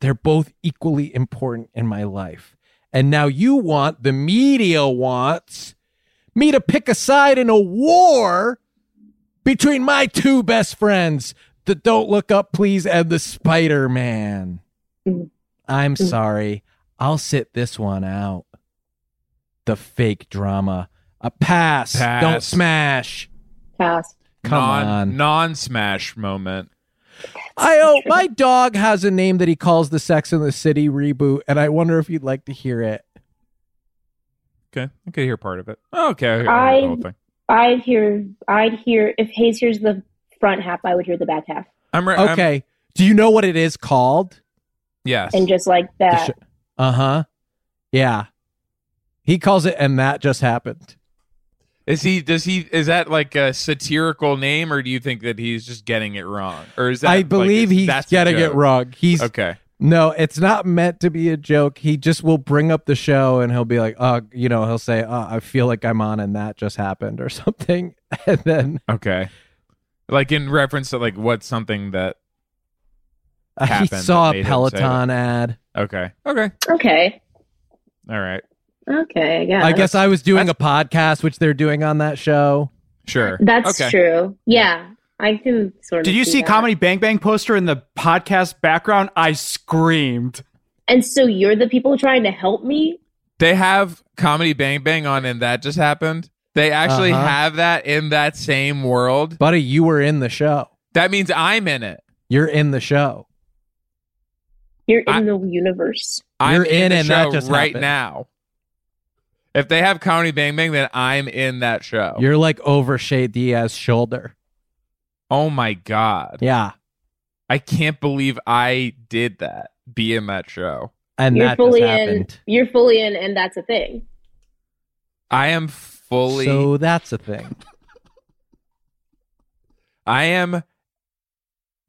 Speaker 1: They're both equally important in my life. And now you want, the media wants, me to pick a side in a war between my two best friends, the Don't Look Up Please and the Spider Man.
Speaker 3: Mm.
Speaker 1: I'm sorry. I'll sit this one out. The fake drama. A pass.
Speaker 2: Pass.
Speaker 1: Don't smash.
Speaker 3: Pass.
Speaker 1: Come
Speaker 2: non,
Speaker 1: on.
Speaker 2: Non-smash moment.
Speaker 1: I oh, my dog has a name that he calls the Sex and the City reboot, and I wonder if you'd like to hear it.
Speaker 2: Okay. I could hear part of it. Okay. I, hear
Speaker 3: I-
Speaker 2: the whole thing.
Speaker 3: I'd hear, I'd hear, if Hayes hears the front half, I would hear the back half.
Speaker 2: I'm re- I'm-
Speaker 1: Okay. Do you know what it is called?
Speaker 2: yes.
Speaker 3: And just like that.
Speaker 1: Uh huh. Yeah. He calls it, and that just happened.
Speaker 2: Is he? Does he? Is that like a satirical name, or do you think that he's just getting it wrong? Or is that?
Speaker 1: I
Speaker 2: like,
Speaker 1: believe
Speaker 2: it's-
Speaker 1: he's
Speaker 2: that's a
Speaker 1: getting it
Speaker 2: joke?
Speaker 1: wrong. He's
Speaker 2: Okay.
Speaker 1: no, it's not meant to be a joke. He just will bring up the show and he'll be like, "Oh, you know," he'll say, oh, "I feel like I'm on, and that just happened," or something, and then
Speaker 2: Okay. Like in reference to like what's something that.
Speaker 1: uh, he
Speaker 2: Happened that
Speaker 1: saw
Speaker 2: made
Speaker 1: a
Speaker 2: him say
Speaker 1: Peloton ad.
Speaker 2: Okay. Okay.
Speaker 3: Okay.
Speaker 2: All right.
Speaker 3: Okay, I guess.
Speaker 1: I guess I was doing a
Speaker 2: that's-
Speaker 1: podcast, which they're doing on that show.
Speaker 2: Sure.
Speaker 3: that's
Speaker 2: okay.
Speaker 3: true. Yeah, I can sort of.
Speaker 6: Did you see
Speaker 3: that.
Speaker 6: Comedy Bang Bang poster in the podcast background? I screamed.
Speaker 3: And so you're the people trying to help me.
Speaker 2: They have comedy Bang Bang on, and that just happened. They actually
Speaker 1: Uh-huh.
Speaker 2: have that in that same world.
Speaker 1: Buddy, you were in the show.
Speaker 2: That means I'm in it.
Speaker 1: You're in the show.
Speaker 3: You're in
Speaker 2: I-
Speaker 3: the universe.
Speaker 2: I'm
Speaker 1: You're
Speaker 2: in,
Speaker 1: in
Speaker 2: the
Speaker 1: and
Speaker 2: show
Speaker 1: that just
Speaker 2: right
Speaker 1: happened.
Speaker 2: now. If they have comedy Bang Bang, then I'm in that show.
Speaker 1: You're like over Shay Diaz's shoulder.
Speaker 2: oh my god!
Speaker 1: Yeah,
Speaker 2: I can't believe I did that. Be in that show.
Speaker 1: and
Speaker 3: you're
Speaker 1: that
Speaker 3: fully
Speaker 1: just
Speaker 3: in.
Speaker 1: happened.
Speaker 3: You're fully in, and that's a thing.
Speaker 2: I am fully.
Speaker 1: So that's a thing.
Speaker 2: I am.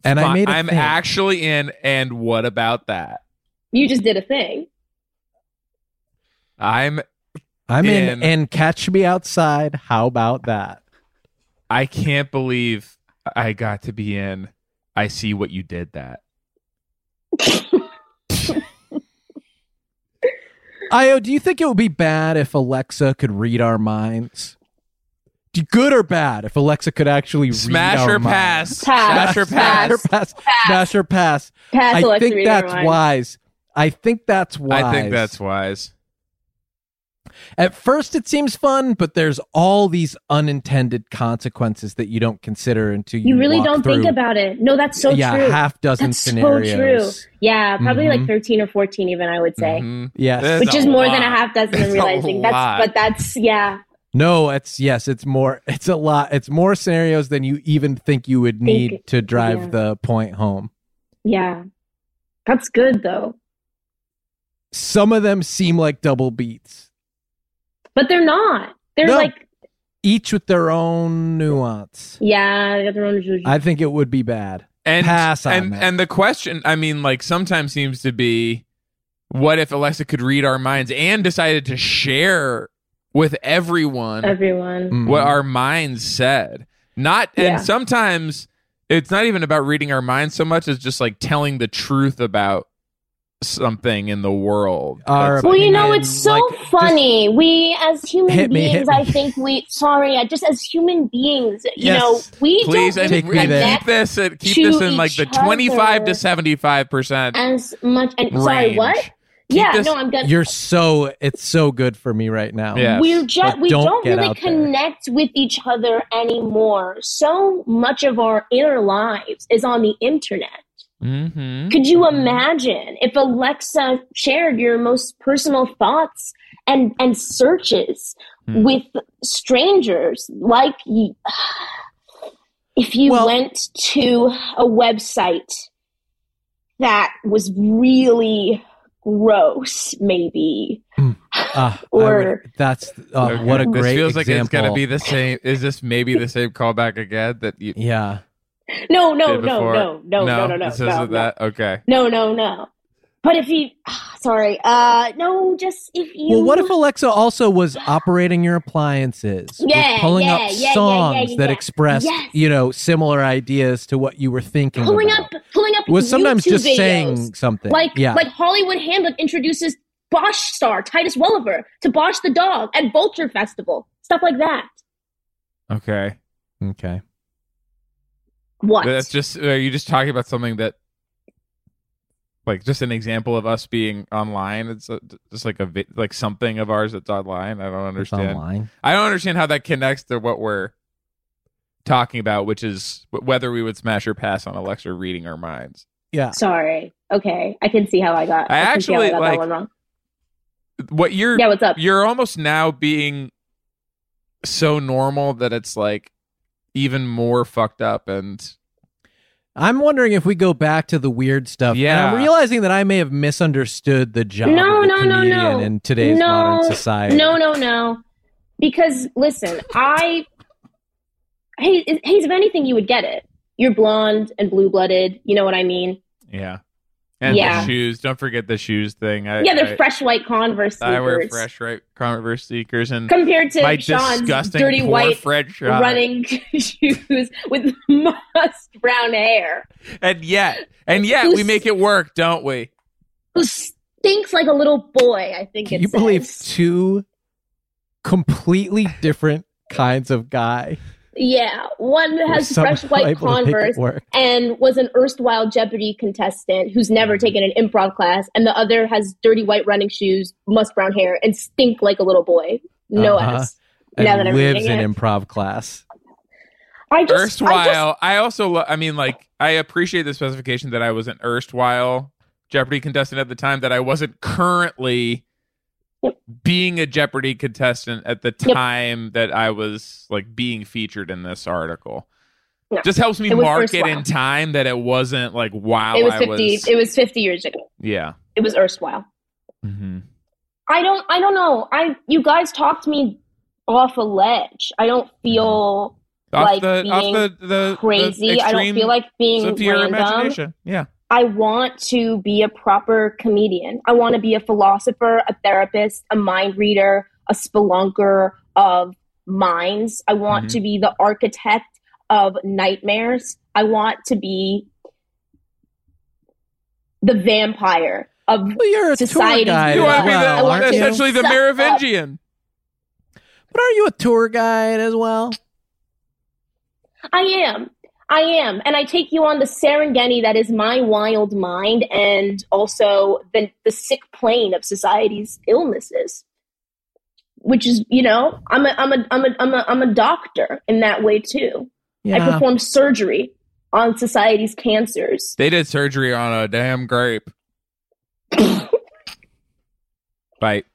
Speaker 1: And I
Speaker 2: fi-
Speaker 1: made. a
Speaker 2: I'm
Speaker 1: thing.
Speaker 2: actually in. And what about that?
Speaker 3: You just did a thing.
Speaker 2: I'm.
Speaker 1: I'm in,
Speaker 2: in-
Speaker 1: and catch me outside. How about that?
Speaker 2: I can't believe I got to be in. I see what you did. That
Speaker 1: Io, do you think it would be bad if Alexa could read our minds? Do- Good or bad if Alexa could actually read
Speaker 2: smash
Speaker 1: our
Speaker 2: or
Speaker 1: minds?
Speaker 2: pass.
Speaker 3: Pass.
Speaker 2: Smash or
Speaker 1: Smash or
Speaker 2: pass.
Speaker 1: pass. Smash or pass.
Speaker 3: Pass
Speaker 1: I
Speaker 3: Alexa
Speaker 1: think
Speaker 3: reading her
Speaker 1: that's
Speaker 3: mind.
Speaker 1: wise. I think that's wise.
Speaker 2: I think that's wise.
Speaker 1: At first, it seems fun, but there's all these unintended consequences that you don't consider until you
Speaker 3: You really
Speaker 1: walk
Speaker 3: don't think
Speaker 1: through,
Speaker 3: about it. No, that's so
Speaker 1: yeah,
Speaker 3: true.
Speaker 1: half dozen
Speaker 3: that's
Speaker 1: scenarios.
Speaker 3: so true. Yeah, probably
Speaker 1: Mhm.
Speaker 3: like thirteen or fourteen, even I would say,
Speaker 2: Mhm.
Speaker 1: Yes,
Speaker 2: That's
Speaker 3: which
Speaker 2: a
Speaker 3: is more than a
Speaker 2: lot.
Speaker 3: half dozen.
Speaker 2: That's
Speaker 3: I'm
Speaker 2: a
Speaker 3: realizing
Speaker 2: lot.
Speaker 3: that's, but that's yeah.
Speaker 1: No, it's yes, it's more it's a lot it's more scenarios than you even think you would need to drive
Speaker 3: yeah.
Speaker 1: the point home.
Speaker 3: Yeah. That's good though.
Speaker 1: Some of them seem like double beats,
Speaker 3: But they're not. They're
Speaker 1: No.
Speaker 3: like
Speaker 1: each with their own nuance.
Speaker 3: yeah, they got their own juju.
Speaker 1: I think it would be bad.
Speaker 2: and
Speaker 1: Pass on
Speaker 2: and
Speaker 1: that.
Speaker 2: and the question i mean like sometimes seems to be what if alexa could read our minds and decided to share with everyone
Speaker 3: Everyone.
Speaker 1: Mm.
Speaker 2: what our minds said. Not and
Speaker 3: Yeah.
Speaker 2: sometimes it's not even about reading our minds so much as just like telling the truth about something in the world.
Speaker 1: Our
Speaker 2: That's, like,
Speaker 3: Well, you know,
Speaker 1: opinion,
Speaker 3: it's so
Speaker 1: like, just-
Speaker 3: funny. we as human
Speaker 1: Hit me, hit
Speaker 3: beings,
Speaker 1: me.
Speaker 3: I think we. Sorry, I just as human beings, you
Speaker 2: Yes,
Speaker 3: know, we
Speaker 2: please
Speaker 3: don't
Speaker 2: and,
Speaker 1: Take me
Speaker 2: and
Speaker 1: there.
Speaker 2: keep this at, keep
Speaker 3: To
Speaker 2: this in like the
Speaker 3: each
Speaker 2: twenty five to
Speaker 3: other.
Speaker 2: seventy five percent.
Speaker 3: as much. And sorry, what?
Speaker 2: Range.
Speaker 3: yeah,
Speaker 2: this-
Speaker 3: no, I'm gonna.
Speaker 1: You're so it's so good for me right now.
Speaker 2: Yeah. Yes.
Speaker 3: We're just
Speaker 1: But
Speaker 3: we
Speaker 1: don't
Speaker 3: don't
Speaker 1: get
Speaker 3: really
Speaker 1: out there.
Speaker 3: connect with each other anymore. So much of our inner lives is on the internet.
Speaker 2: Mm-hmm.
Speaker 3: Could you imagine if Alexa shared your most personal thoughts and and searches
Speaker 2: Hmm.
Speaker 3: with strangers? Like, y- if you
Speaker 1: Well-
Speaker 3: went to a website that was really gross, maybe.
Speaker 1: Ah, I
Speaker 3: Or-
Speaker 1: would- that's uh,
Speaker 2: Okay.
Speaker 1: what a great
Speaker 2: this feels like it's
Speaker 1: example.
Speaker 2: gonna be the same. Is this maybe the same callback again that you
Speaker 1: yeah.
Speaker 3: No, no,
Speaker 2: did
Speaker 3: no,
Speaker 2: before?
Speaker 3: no, no, no, no, no, no,
Speaker 2: This
Speaker 3: no,
Speaker 2: isn't that okay?
Speaker 3: no, no, no. But if you, sorry, uh, no, just if you.
Speaker 1: Well, what if Alexa also was operating your appliances, was
Speaker 3: Yeah,
Speaker 1: pulling
Speaker 3: yeah,
Speaker 1: up
Speaker 3: yeah, yeah, yeah,
Speaker 1: songs
Speaker 3: yeah,
Speaker 1: that
Speaker 3: yeah.
Speaker 1: expressed,
Speaker 3: Yes.
Speaker 1: you know, similar ideas to what you were thinking?
Speaker 3: pulling
Speaker 1: about.
Speaker 3: up, pulling up?
Speaker 1: was sometimes
Speaker 3: YouTube
Speaker 1: just
Speaker 3: videos.
Speaker 1: saying something.
Speaker 3: Like
Speaker 1: yeah,
Speaker 3: like Hollywood Handbook introduces Bosch star Titus Welliver to Bosch the dog at Vulture Festival. Stuff like that.
Speaker 2: Okay,
Speaker 1: okay.
Speaker 3: What?
Speaker 2: that's just are you just talking about something that like just an example of us being online? It's uh, just like a vi- like something of ours that's online. I don't
Speaker 1: It's
Speaker 2: understand.
Speaker 1: online.
Speaker 2: I don't understand how that connects to what we're talking about, which is wh- whether we would smash or pass on Alexa reading our minds.
Speaker 1: Yeah,
Speaker 3: Sorry. Okay, I can see how I got.
Speaker 2: I
Speaker 3: can see how
Speaker 2: actually,
Speaker 3: got
Speaker 2: like-
Speaker 3: that one wrong.
Speaker 2: What you're
Speaker 3: Yeah, what's up?
Speaker 2: you're almost now being so normal that it's like even more fucked up and
Speaker 1: I'm wondering if we go back to the weird stuff. and
Speaker 2: Yeah.
Speaker 1: I'm realizing that I may have misunderstood the job of
Speaker 3: No,
Speaker 1: the
Speaker 3: no, no,
Speaker 1: comedian
Speaker 3: no.
Speaker 1: in today's
Speaker 3: No,
Speaker 1: modern society.
Speaker 3: No, no, no. Because listen, I Hayes, Hayes, if anything, you would get it. You're blonde and blue blooded. You know what I mean?
Speaker 2: yeah. And
Speaker 3: Yeah.
Speaker 2: the shoes. Don't forget the shoes thing. I,
Speaker 3: yeah, they're
Speaker 2: I,
Speaker 3: fresh white Converse sneakers.
Speaker 2: I wear fresh right Converse sneakers and
Speaker 3: Compared to
Speaker 2: my
Speaker 3: Sean's
Speaker 2: disgusting
Speaker 3: dirty
Speaker 2: poor
Speaker 3: white
Speaker 2: French fry.
Speaker 3: running shoes with mussed brown hair,
Speaker 2: And yet, and yet we
Speaker 3: Who's-
Speaker 2: make it work, don't we?
Speaker 3: who stinks like a little boy. I think
Speaker 1: Can
Speaker 3: it
Speaker 1: you
Speaker 3: says.
Speaker 1: believe two completely different kinds of guy
Speaker 3: Yeah, one
Speaker 1: were
Speaker 3: has
Speaker 1: somehow
Speaker 3: fresh white
Speaker 1: able to make it
Speaker 3: Converse
Speaker 1: work?
Speaker 3: and was an erstwhile Jeopardy contestant who's
Speaker 1: Mm-hmm.
Speaker 3: never taken an improv class, and the other has dirty white running shoes, musk brown hair, and stink like a little boy. No
Speaker 1: Uh-huh.
Speaker 3: ass.
Speaker 1: and
Speaker 3: Now that I'm
Speaker 1: lives
Speaker 3: reading
Speaker 1: in
Speaker 3: it.
Speaker 1: improv class.
Speaker 3: I just, I just-
Speaker 2: erstwhile. I, also, lo- I mean, like, I appreciate the specification that I was an erstwhile Jeopardy contestant at the time, that I wasn't currently
Speaker 3: Yep.
Speaker 2: being a Jeopardy contestant at the
Speaker 3: Yep.
Speaker 2: time that I was like being featured in this article.
Speaker 3: No.
Speaker 2: Just helps me
Speaker 3: It was
Speaker 2: mark it in
Speaker 3: erstwhile.
Speaker 2: time that it wasn't like while
Speaker 3: it was
Speaker 2: I
Speaker 3: fifty.
Speaker 2: was.
Speaker 3: It was fifty years ago.
Speaker 2: yeah.
Speaker 3: It was erstwhile.
Speaker 2: Mm-hmm.
Speaker 3: I don't. I don't know. I you guys talked me off a ledge. I don't feel
Speaker 2: Off
Speaker 3: Like
Speaker 2: the off
Speaker 3: being
Speaker 2: the, the- the
Speaker 3: crazy. I don't
Speaker 2: extreme
Speaker 3: feel like being
Speaker 2: of your
Speaker 3: random.
Speaker 2: imagination. Yeah.
Speaker 3: I want to be a proper comedian. I want to be a philosopher, a therapist, a mind reader, a spelunker of minds. I want
Speaker 2: Mhm.
Speaker 3: to be the architect of nightmares. I want to be the vampire of
Speaker 1: Well, you're a tour
Speaker 3: Society's
Speaker 1: guide
Speaker 3: I
Speaker 2: You
Speaker 3: don't
Speaker 2: want
Speaker 1: as
Speaker 2: to be the-
Speaker 1: well,
Speaker 3: I want
Speaker 1: aren't
Speaker 3: to-
Speaker 1: you?
Speaker 2: essentially the
Speaker 3: Suck up.
Speaker 2: Merovingian.
Speaker 1: But are you a tour guide as well?
Speaker 3: I am. I am. And I take you on the Serengeti that is my wild mind and also the, the sick plane of society's illnesses. Which is, you know, I'm a I'm a I'm a I'm a I'm a doctor in that way too. I
Speaker 1: Yeah.
Speaker 3: perform surgery on society's cancers.
Speaker 2: They did surgery on a damn grape. Bite.